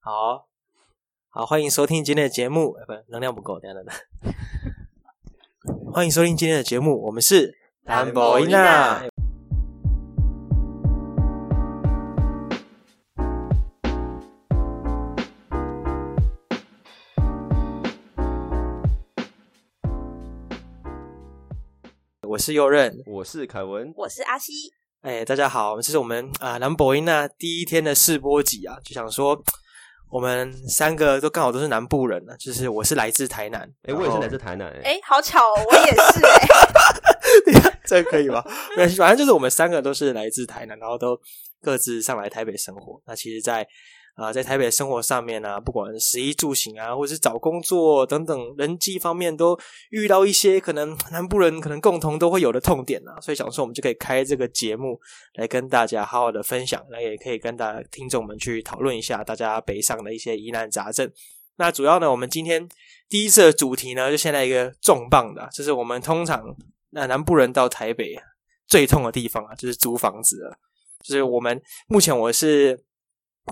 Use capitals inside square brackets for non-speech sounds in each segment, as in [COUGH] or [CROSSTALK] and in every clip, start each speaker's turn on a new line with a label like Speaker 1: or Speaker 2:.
Speaker 1: 好好，欢迎收听今天的节目。呃，不，能量不够，等一下 [LAUGHS] 等等。欢迎收听今天的节目，我们是
Speaker 2: 谭博啊伊娜。
Speaker 1: 啊我是右任，
Speaker 2: 我是凯文，
Speaker 3: 我是阿西，
Speaker 1: 哎，大家好，这是我们啊兰博伊娜第一天的试播集啊，就想说我们三个都刚好都是南部人啊，就是我是来自台南，
Speaker 2: 哎、我也是来自台南、哎、
Speaker 3: 哎、好巧、哦，我也是
Speaker 1: [LAUGHS]
Speaker 3: 哎、
Speaker 1: 南，这可以吗？没关系反正就是我们三个都是来自台南，然后都各自上来台北生活。那其实在，啊在台北生活上面啊，不管是食衣住行啊，或是找工作等等人际方面，都遇到一些可能南部人可能共同都会有的痛点啊，所以想说我们就可以开这个节目来跟大家好好的分享，那也可以跟大家听众们去讨论一下大家北上的一些疑难杂症。那主要呢，我们今天第一次的主题呢，就先来一个重磅的啊、就是我们通常那南部人到台北最痛的地方啊，就是租房子了。就是我们目前我是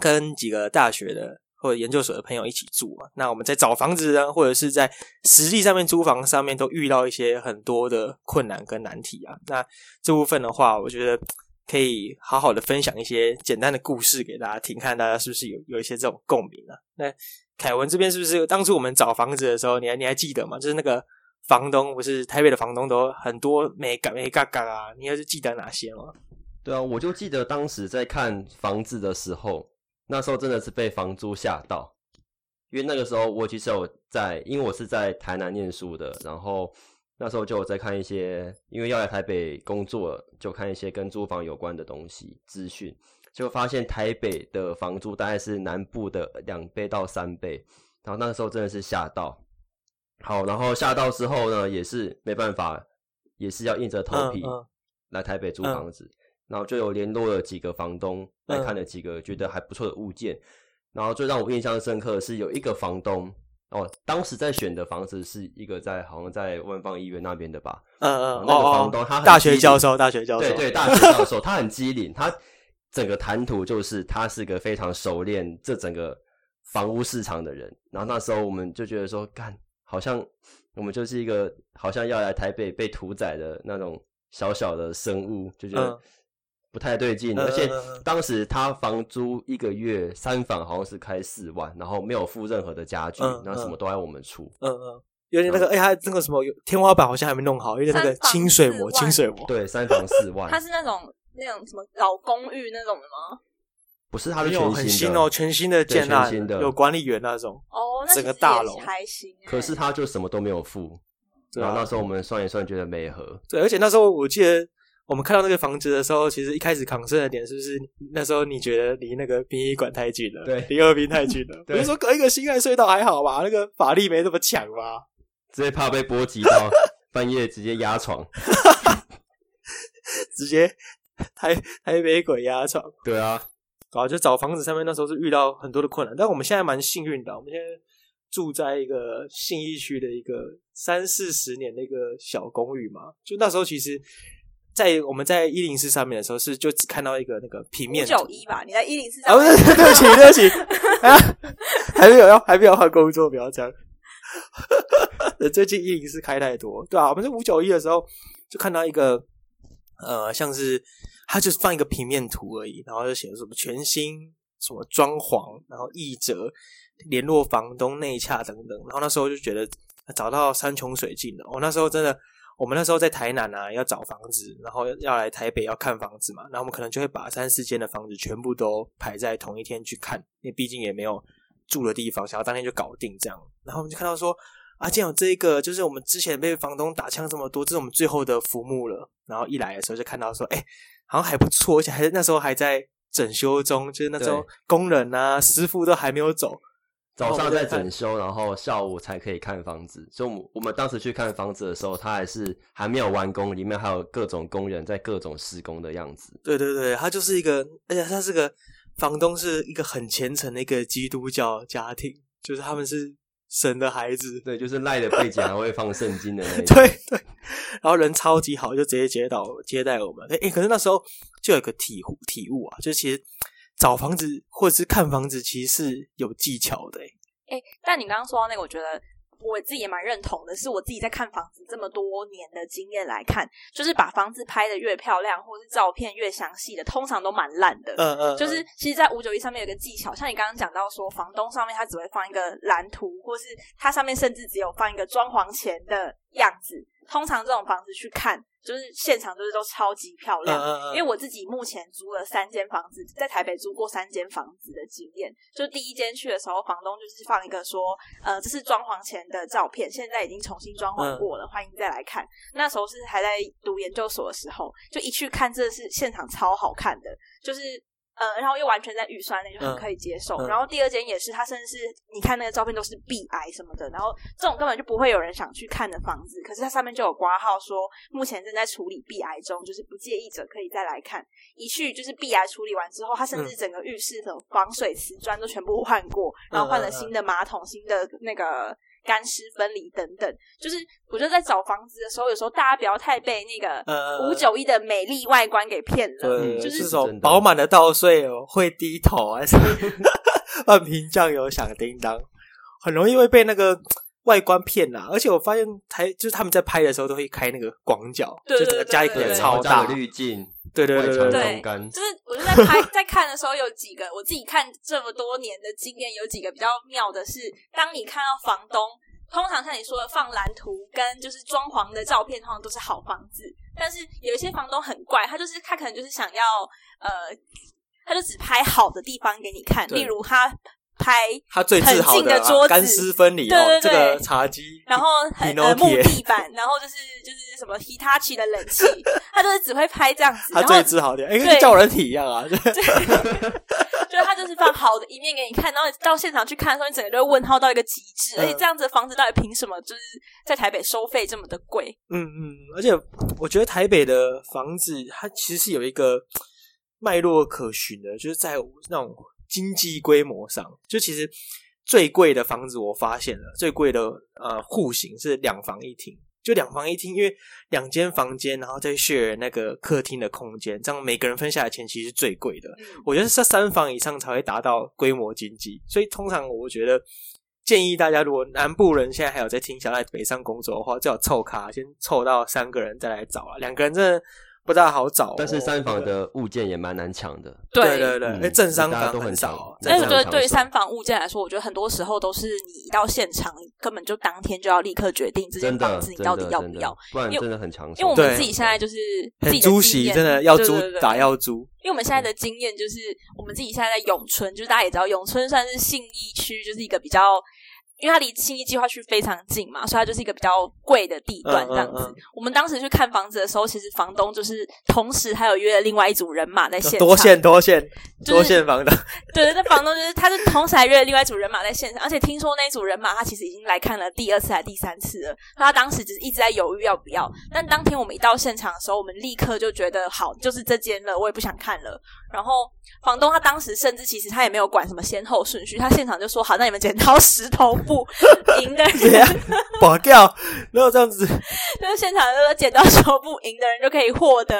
Speaker 1: 跟几个大学的或者研究所的朋友一起住啊，那我们在找房子呢，或者是在实际上面租房上面都遇到一些很多的困难跟难题啊。那这部分的话，我觉得可以好好的分享一些简单的故事给大家听，看大家是不是有有一些这种共鸣啊。那凯文这边是不是当初我们找房子的时候，你还你还记得吗？就是那个房东，不是台北的房东都很多美感美嘎嘎啊，你还是记得哪些吗？
Speaker 2: 对啊，我就记得当时在看房子的时候，那时候真的是被房租吓到，因为那个时候我其实有在，因为我是在台南念书的，然后那时候就有在看一些，因为要来台北工作，就看一些跟租房有关的东西资讯，就发现台北的房租大概是南部的两倍到三倍，然后那个时候真的是吓到，好，然后吓到之后呢，也是没办法，也是要硬着头皮
Speaker 1: 嗯嗯
Speaker 2: 来台北租房子。然后就有联络了几个房东来看了几个觉得还不错的物件，然后最让我印象深刻的是有一个房东哦，当时在选的房子是一个在好像在万方医院那边的吧，
Speaker 1: 嗯嗯，
Speaker 2: 哦那个
Speaker 1: 哦
Speaker 2: 房东他
Speaker 1: 哦
Speaker 2: 很
Speaker 1: 大学
Speaker 2: 机灵
Speaker 1: 教授，大学教授，
Speaker 2: 对对，大学教授，他很机灵，他整个谈吐就是他是个非常熟练这整个房屋市场的人。然后那时候我们就觉得说，干，好像我们就是一个好像要来台北被屠宰的那种小小的生物，就觉
Speaker 1: 嗯
Speaker 2: 得不太对劲。
Speaker 1: 嗯
Speaker 2: 而且
Speaker 1: 嗯嗯嗯
Speaker 2: 当时他房租一个月三房好像是开四万，然后没有付任何的家具
Speaker 1: 嗯，
Speaker 2: 然后什
Speaker 1: 嗯
Speaker 2: 么都要我们出。
Speaker 1: 嗯嗯，有点那个，哎，他那个什么有天花板好像还没弄好，有点那个
Speaker 3: 三房
Speaker 1: 清水
Speaker 3: 四
Speaker 1: 膜，
Speaker 3: 万
Speaker 1: 清水膜，
Speaker 2: 对，三房四万，
Speaker 3: 他是那种那种什么老公寓那种的吗？
Speaker 2: 不是他是
Speaker 1: 没
Speaker 2: 全
Speaker 1: 有
Speaker 2: 新的
Speaker 1: 很新哦，全新的
Speaker 2: 对
Speaker 1: 建案
Speaker 2: 全新，的
Speaker 1: 有管理员那种，
Speaker 3: 哦，那
Speaker 1: 整个
Speaker 3: 其实
Speaker 1: 大
Speaker 3: 也
Speaker 1: 楼
Speaker 3: 还行、欸。
Speaker 2: 可是他就什么都没有付。
Speaker 3: 嗯
Speaker 1: 对
Speaker 2: 然
Speaker 1: 啊
Speaker 2: 后，那时候我们算一算，觉得没合。
Speaker 1: 对，而且那时候我记得我们看到那个房子的时候，其实一开始抗争的点是不是那时候你觉得离那个殡仪馆太近了，
Speaker 2: 对
Speaker 1: 离二殡太近了。比
Speaker 2: 对
Speaker 1: 如说隔一个新爱隧道还好吧，那个法力没那么强吧。
Speaker 2: 直接怕被波及到，
Speaker 3: [LAUGHS]
Speaker 2: 半夜直接压床。
Speaker 1: 直接台台北鬼压床，
Speaker 2: 对啊，
Speaker 1: 然后就找房子上面那时候是遇到很多的困难，但我们现在蛮幸运的，我们现在住在一个信义区的一个三四十年的一个小公寓嘛，就那时候其实。在我们在一零四上面的时候，是就只看到一个那个平
Speaker 3: 五
Speaker 1: 面
Speaker 3: 九一吧？你在一零四
Speaker 1: 啊，
Speaker 3: 上
Speaker 1: 不
Speaker 3: 面
Speaker 1: 是，对 [LAUGHS] 不起，对不起，啊，还没有要，还没有换工作，不要这样。 [LAUGHS] 最近一零四开太多，对啊，我们在五九一的时候就看到一个，呃，像是它就是放一个平面图而已，然后就写什么全新什么装潢，然后译者联络房东内洽等等，然后那时候就觉得找到山穷水尽了。我、那时候真的，我们那时候在台南啊，要找房子，然后要来台北要看房子嘛，然后我们可能就会把三四间的房子全部都排在同一天去看，因为毕竟也没有住的地方，想要当天就搞定这样。然后我们就看到说，啊，竟然有这一个，就是我们之前被房东打枪这么多，这是我们最后的浮木了。然后一来的时候就看到说，哎、好像还不错，而且还那时候还在整修中，就是那时候
Speaker 2: 对
Speaker 1: 工人啊、师傅都还没有走。
Speaker 3: 哦
Speaker 2: 早上在整修，然后下午才可以看房子。所以，我们我们当时去看房子的时候，它还是还没有完工，里面还有各种工人在各种施工的样子。
Speaker 1: 对对对，他就是一个，而且他是个房东，是一个很虔诚的一个基督教家庭，就是他们是神的孩子，
Speaker 2: 对，就是赖的背景还会放圣经的那一种。
Speaker 1: 对对，然后人超级好，就直接接到接待我们。哎、诶可是那时候就有一个体悟体悟啊，就其实找房子或者是看房子其实是有技巧的、欸。
Speaker 3: 哎、但你刚刚说到那个，我觉得我自己也蛮认同的，是我自己在看房子这么多年的经验来看，就是把房子拍的越漂亮，或是照片越详细的，通常都蛮烂的。
Speaker 1: 嗯嗯，
Speaker 3: 就是其实，在五九一上面有一个技巧，像你刚刚讲到说，房东上面他只会放一个蓝图，或是它上面甚至只有放一个装潢前的样子。通常这种房子去看，就是现场就是都超级漂亮。因为
Speaker 1: 为
Speaker 3: 我自己目前租了三间房子，在台北租过三间房子的经验，就第一间去的时候，房东就是放一个说，呃，这是装潢前的照片，现在已经重新装潢过了，欢迎再来看。那时候是还在读研究所的时候，就一去看，这是现场超好看的，就是。呃，然后又完全在预算内，就很
Speaker 1: 嗯
Speaker 3: 可以接受。
Speaker 1: 嗯
Speaker 3: 然后第二间也是，它甚至是你看那个照片都是壁癌什么的，然后这种根本就不会有人想去看的房子，可是它上面就有挂号说目前正在处理壁癌中，就是不介意者可以再来看。一去就是壁癌处理完之后，它
Speaker 1: 嗯
Speaker 3: 甚至整个浴室的防水瓷砖都全部换过，然后换
Speaker 1: 嗯
Speaker 3: 了新的马桶、新的那个干湿分离等等。就是我觉得在找房子的时候，有时候大家不要太被那个
Speaker 1: 呃
Speaker 3: 五九一的美丽外观给骗了。
Speaker 1: 对，
Speaker 2: 嗯
Speaker 1: 就
Speaker 3: 就是是
Speaker 1: 这种
Speaker 2: 真的
Speaker 1: 饱满的稻穗哦，会低头啊，
Speaker 3: [LAUGHS]
Speaker 1: 是 [LAUGHS] 半瓶酱油响叮当，很容易会被那个外观骗啦、而且我发现台就是他们在拍的时候都会开那个广角，
Speaker 3: 对对
Speaker 1: 就整个家里可
Speaker 3: [LAUGHS] 对
Speaker 1: 能
Speaker 2: 对，
Speaker 1: 超
Speaker 2: 加
Speaker 1: 大，
Speaker 2: 个滤镜，
Speaker 1: 对对
Speaker 2: 外
Speaker 1: 对
Speaker 2: 墙
Speaker 1: 对对，
Speaker 2: 空干，
Speaker 3: 就是我就在拍在看的时候，有几个我自己看这么多年的经验，有几个比较妙的是，当你看到房东，通常像你说的放蓝图跟就是装潢的照片，通常都是好房子，但是有一些房东很怪，他就是他可能就是想要呃，他就只拍好的地方给你看，
Speaker 1: 对
Speaker 3: 例如他拍
Speaker 1: 他最自豪
Speaker 3: 很近的
Speaker 1: 啊
Speaker 3: 桌子
Speaker 1: 干湿分离哦，
Speaker 3: 对对
Speaker 1: 这
Speaker 3: 对
Speaker 1: 个茶几，
Speaker 3: 然后很呃
Speaker 1: Pinocchio
Speaker 3: 木地板，然后就是就是什么 Hitachi 的冷气， [LAUGHS] 他就是只会拍这样子，
Speaker 1: 他
Speaker 3: 然后
Speaker 1: 最自豪的，哎，
Speaker 3: 对
Speaker 1: 跟叫人体一样啊， [LAUGHS] 对
Speaker 3: 就是他就是放好的一面给你看，然后你到现场去看的时候，你整个就会问号到一个极致。
Speaker 1: 嗯
Speaker 3: 而且这样子的房子到底凭什么就是在台北收费这么的贵？
Speaker 1: 嗯嗯，而且我觉得台北的房子它其实是有一个脉络可循的，就是在那种经济规模上，就其实最贵的房子我发现了，最贵的呃户型是两房一厅。就两房一厅，因为两间房间，然后再 share 那个客厅的空间，这样每个人分下来的钱其实是最贵的。我觉得是三房以上才会达到规模经济，所以通常我觉得建议大家，如果南部人现在还有在听想来北上工作的话，最好凑卡，先凑到三个人再来找啊，两个人真的不大好找哦、
Speaker 2: 但是三房的物件也蛮难抢的。
Speaker 1: 对对对，
Speaker 2: 嗯
Speaker 1: 哎、正商
Speaker 2: 大家
Speaker 1: 房
Speaker 2: 都很
Speaker 1: 少
Speaker 2: 常
Speaker 1: 哦，
Speaker 2: 在
Speaker 3: 但
Speaker 1: 正
Speaker 3: 是
Speaker 1: 商
Speaker 3: 我
Speaker 2: 上
Speaker 3: 觉得
Speaker 2: 场
Speaker 3: 对于
Speaker 2: 的时候
Speaker 3: 三房物件来说，我觉得很多时候都是你一到现场，你根本就当天就要立刻决定这间
Speaker 2: 真
Speaker 3: 房
Speaker 2: 的，
Speaker 3: 子
Speaker 2: 真
Speaker 3: 你到底
Speaker 2: 的，
Speaker 3: 要
Speaker 2: 真
Speaker 3: 不
Speaker 2: 的
Speaker 3: 要。？
Speaker 2: 不然
Speaker 3: 因为
Speaker 2: 真的很抢手。
Speaker 3: 因为我
Speaker 1: 对
Speaker 3: 们自己现在就是自
Speaker 1: 很
Speaker 3: 己
Speaker 1: 租
Speaker 3: 的
Speaker 1: 席
Speaker 3: 经，验
Speaker 1: 真的要租
Speaker 3: 对对对
Speaker 1: 打要租，
Speaker 3: 因为我们现在的经验就是，我们自己现在在永春，就是大家也知道，永春算是信义区，就是一个比较，因为它离信义计划区非常近嘛，所以它就是一个比较贵的地段
Speaker 1: 嗯
Speaker 3: 这样子。
Speaker 1: 嗯嗯
Speaker 3: 我们当时去看房子的时候，其实房东就是同时还有约了另外一组人马在现场，
Speaker 1: 多线多线
Speaker 3: 就是
Speaker 1: 多线房的，
Speaker 3: [LAUGHS] 对对，那房东就是他是同时还约了另外一组人马在现场，而且听说那一组人马他其实已经来看了第二次还第三次了，他当时只是一直在犹豫要不要。但当天我们一到现场的时候，我们立刻就觉得好，就是这间了，我也不想看了。然后房东他当时甚至其实他也没有管什么先后顺序，他现场就说好，那你们剪刀石头布，赢的
Speaker 1: 怎样
Speaker 3: 人
Speaker 1: 保啊掉，然后这样子，
Speaker 3: 就是现场就是剪刀石头布，赢的人就可以获得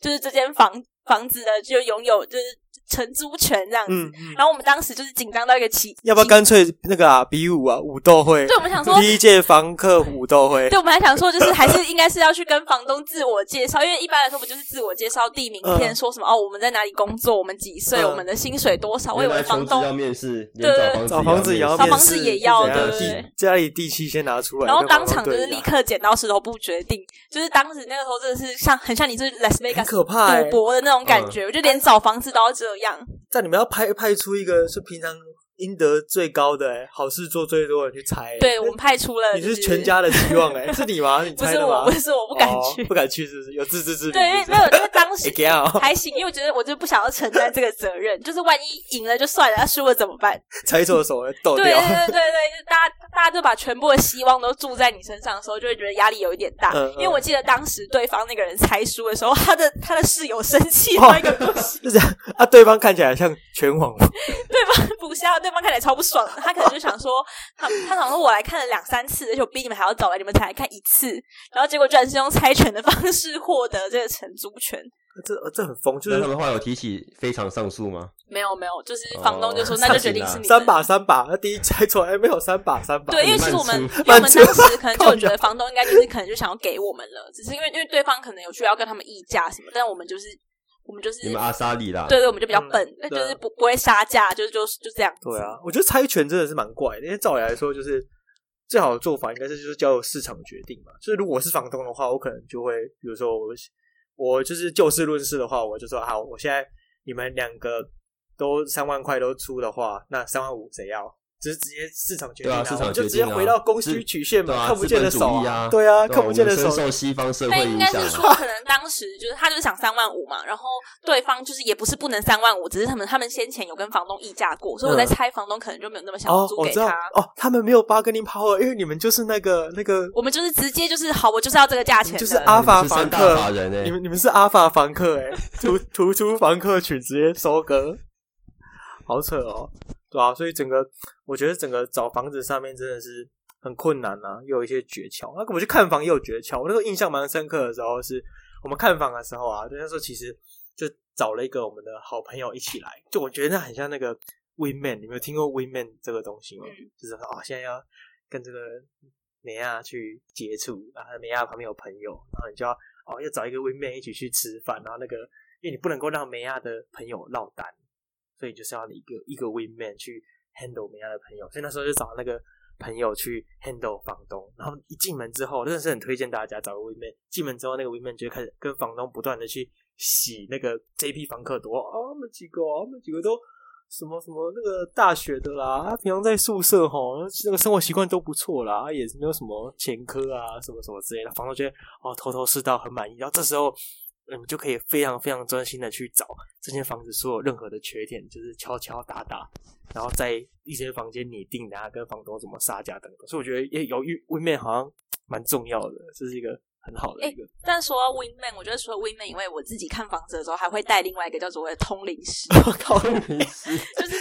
Speaker 3: 就是这间房房子的就拥有就是承租权这样子。
Speaker 1: 嗯，嗯
Speaker 3: 然后我们当时就是紧张到一个奇，
Speaker 1: 要不要
Speaker 3: 奇
Speaker 1: 干脆那个啊比武啊武斗会
Speaker 3: 对，？我们想说，
Speaker 1: 第一届房客武斗会
Speaker 3: 对，，我们还想说，就是还是应该是要去跟房东自我介绍，因为一般来说，我们就是自我介绍递名片，
Speaker 1: 嗯
Speaker 3: 说什么哦，我们在哪里工作，我们几岁，
Speaker 1: 嗯
Speaker 3: 我们的薪水多少。我以
Speaker 2: 原来
Speaker 3: 为
Speaker 2: 求
Speaker 3: 房
Speaker 2: 职
Speaker 3: 东
Speaker 2: 要面试，
Speaker 3: 对
Speaker 2: 连
Speaker 1: 找
Speaker 3: 对
Speaker 2: 找
Speaker 1: 房
Speaker 2: 房
Speaker 1: 子
Speaker 2: 子
Speaker 1: 也
Speaker 2: 也要
Speaker 1: 要
Speaker 3: 找
Speaker 2: 面
Speaker 3: 房
Speaker 1: 面
Speaker 2: 试
Speaker 3: 子
Speaker 1: 试，
Speaker 3: 也要
Speaker 1: 是怎样
Speaker 3: 对对对
Speaker 1: 地家里地契先拿出来，
Speaker 3: 然后
Speaker 1: 跟
Speaker 3: 当
Speaker 1: 房
Speaker 3: 场就
Speaker 1: 东
Speaker 3: 是
Speaker 1: 对一啊
Speaker 3: 立
Speaker 1: 下
Speaker 3: 刻剪刀石头布决定，就是当时那个时候真的是像很像你就是 Las
Speaker 1: 很
Speaker 3: Vegas
Speaker 1: 可怕、欸嗯
Speaker 3: 赌。博的那种感觉，我就连找房子都要这样。
Speaker 1: 但你们要派派出一个是平常应得最高的、欸，好事做最多的人去猜、欸。
Speaker 3: 对我们派出了，
Speaker 1: 你是全，家的期望
Speaker 3: [LAUGHS]
Speaker 1: 哎、欸是你吗？你
Speaker 3: 不
Speaker 1: 猜
Speaker 3: 是
Speaker 1: 的吗？
Speaker 3: 我，不是我不敢去
Speaker 1: 哦、。不敢去是不是？有自知之明。
Speaker 3: 对，因为
Speaker 1: 是不
Speaker 3: 没
Speaker 1: 是
Speaker 3: 有，因为
Speaker 1: [LAUGHS]
Speaker 3: 当时
Speaker 1: again 哦
Speaker 3: 还行，因为我觉得我就不想要承担这个责任，就是万一赢了就算了，那输了怎么办？
Speaker 1: 猜错手了抖
Speaker 3: 对
Speaker 1: 掉
Speaker 3: 对。
Speaker 1: [LAUGHS]
Speaker 3: 对对对，就大家大家就把全部的希望都注在你身上的时候，就会觉得压力有一点大。
Speaker 1: 嗯嗯
Speaker 3: 因为我记得当时对方那个人猜输的时候，他的他的室友生气到一个不行，
Speaker 1: [LAUGHS] 就这样啊！对方看起来像拳皇，
Speaker 3: 对方不下，对方看起来超不爽的，他可能就想说，他他想说我来看了两三次，而且我比你们还要早来，你们才来看一次，然后结果居然是用猜拳的方式获得这个承租权，
Speaker 1: [LAUGHS] 这这很疯，就
Speaker 2: 那他
Speaker 1: 是
Speaker 2: 们后来有提起非常上诉吗？
Speaker 3: 没有没有，就是房东就说
Speaker 2: 哦
Speaker 3: 那就决定是你们
Speaker 1: 三把三把，那第一猜错，哎，没有三把三把，
Speaker 3: 对，因为
Speaker 2: 你
Speaker 3: 其实
Speaker 2: 慢
Speaker 3: 我们，因
Speaker 2: 出
Speaker 3: 为我们
Speaker 1: 慢
Speaker 3: 当
Speaker 1: 出
Speaker 3: 时可能就
Speaker 1: 靠
Speaker 3: 觉
Speaker 1: 腰 [LAUGHS]
Speaker 3: 得房东应该就是可能就想要给我们了，只是因为因为对方可能有去要跟他们议价什么，但我们就是我们就是
Speaker 2: 你们阿莎莉啦，
Speaker 3: 对对，我们就比较笨，那、
Speaker 1: 嗯
Speaker 3: 就是不不会杀价，就是就是就这样子。
Speaker 1: 对啊，我觉得猜拳真的是蛮怪的，因为照理来说，就是最好的做法应该是就是交由市场决定嘛。就是如果我是房东的话，我可能就会，比如说我我就是就事论事的话，我就说好，我现在你们两个都三万块都出的话，那三万五谁要？就是直接市场决定、
Speaker 2: 对啊市场
Speaker 1: 我就
Speaker 2: 决
Speaker 1: 直
Speaker 2: 定
Speaker 1: 接
Speaker 2: 啊
Speaker 1: 回到供需
Speaker 2: 资
Speaker 1: 曲线嘛，
Speaker 2: 对啊
Speaker 1: 看不见的手
Speaker 2: 资本主义啊
Speaker 1: 对啊，
Speaker 2: 对
Speaker 1: 看不见的
Speaker 2: 我们
Speaker 1: 手，
Speaker 2: 深受西方社
Speaker 3: 但
Speaker 2: 会
Speaker 3: 应
Speaker 2: 影
Speaker 3: 该
Speaker 2: 响
Speaker 3: 是
Speaker 2: 啊。
Speaker 3: 说，可能当时就是他就是想三万五嘛，然后对方就是也不是不能三万五，只是他们他们先前有跟房东议价过，所以我在
Speaker 1: 嗯
Speaker 3: 猜房东可能就没有那么想
Speaker 1: 哦，
Speaker 3: 租
Speaker 1: 我
Speaker 3: 给
Speaker 1: 知
Speaker 3: 他。
Speaker 1: 道哦，他们没有 bargaining power，因为你们就是那个那个，
Speaker 3: 我们就是直接就是好，我就是要这个价钱的，
Speaker 1: 就是啊阿法
Speaker 2: 你们是
Speaker 1: 房
Speaker 2: 三大
Speaker 1: 客
Speaker 2: 法人欸
Speaker 1: 你
Speaker 2: [LAUGHS]
Speaker 1: 们你 [LAUGHS] 们是阿法房客哎、 [LAUGHS] 突突出房客群直接收割，好扯哦，对啊，所以整个我觉得整个找房子上面真的是很困难啊，又有一些诀窍。那个我去看房也有诀窍，我那个印象蛮深刻的时候是我们看房的时候啊，就那时候其实就找了一个我们的好朋友一起来，就我觉得那很像那个 Winman，你们有听过 Winman 这个东西吗？就是啊、现在要跟这个美亚去接触，然后美亚旁边有朋友，然后你就要哦要找一个 Winman 一起去吃饭，然后那个因为你不能够让美亚的朋友落单，所以就是要你一个一个 Winman 去 handle 美亚的朋友，所以那时候就找那个。朋友去 handle 房东，然后一进门之后，真的是很推荐大家找个 Winman。进门之后，那个 Winman 就会开始跟房东不断的去洗那个这一批房客多啊，他们几个啊，他们几个都什么什么那个大学的啦，他平常在宿舍吼，那个生活习惯都不错啦，也没有什么前科啊，什么什么之类的。房东觉得哦头头是道，很满意。然后这时候，嗯，就可以非常非常专心的去找这间房子所有任何的缺点，就是敲敲打打，然后在一些房间拟定的啊，跟房东怎么杀价等等。所以我觉得也有遇问面好像蛮重要的，这是一个很好的一个。
Speaker 3: 但说到 Winman，我觉得除了 Winman 以外，我自己看房子的时候还会带另外一个叫做我的通灵师，
Speaker 1: [LAUGHS] 我靠，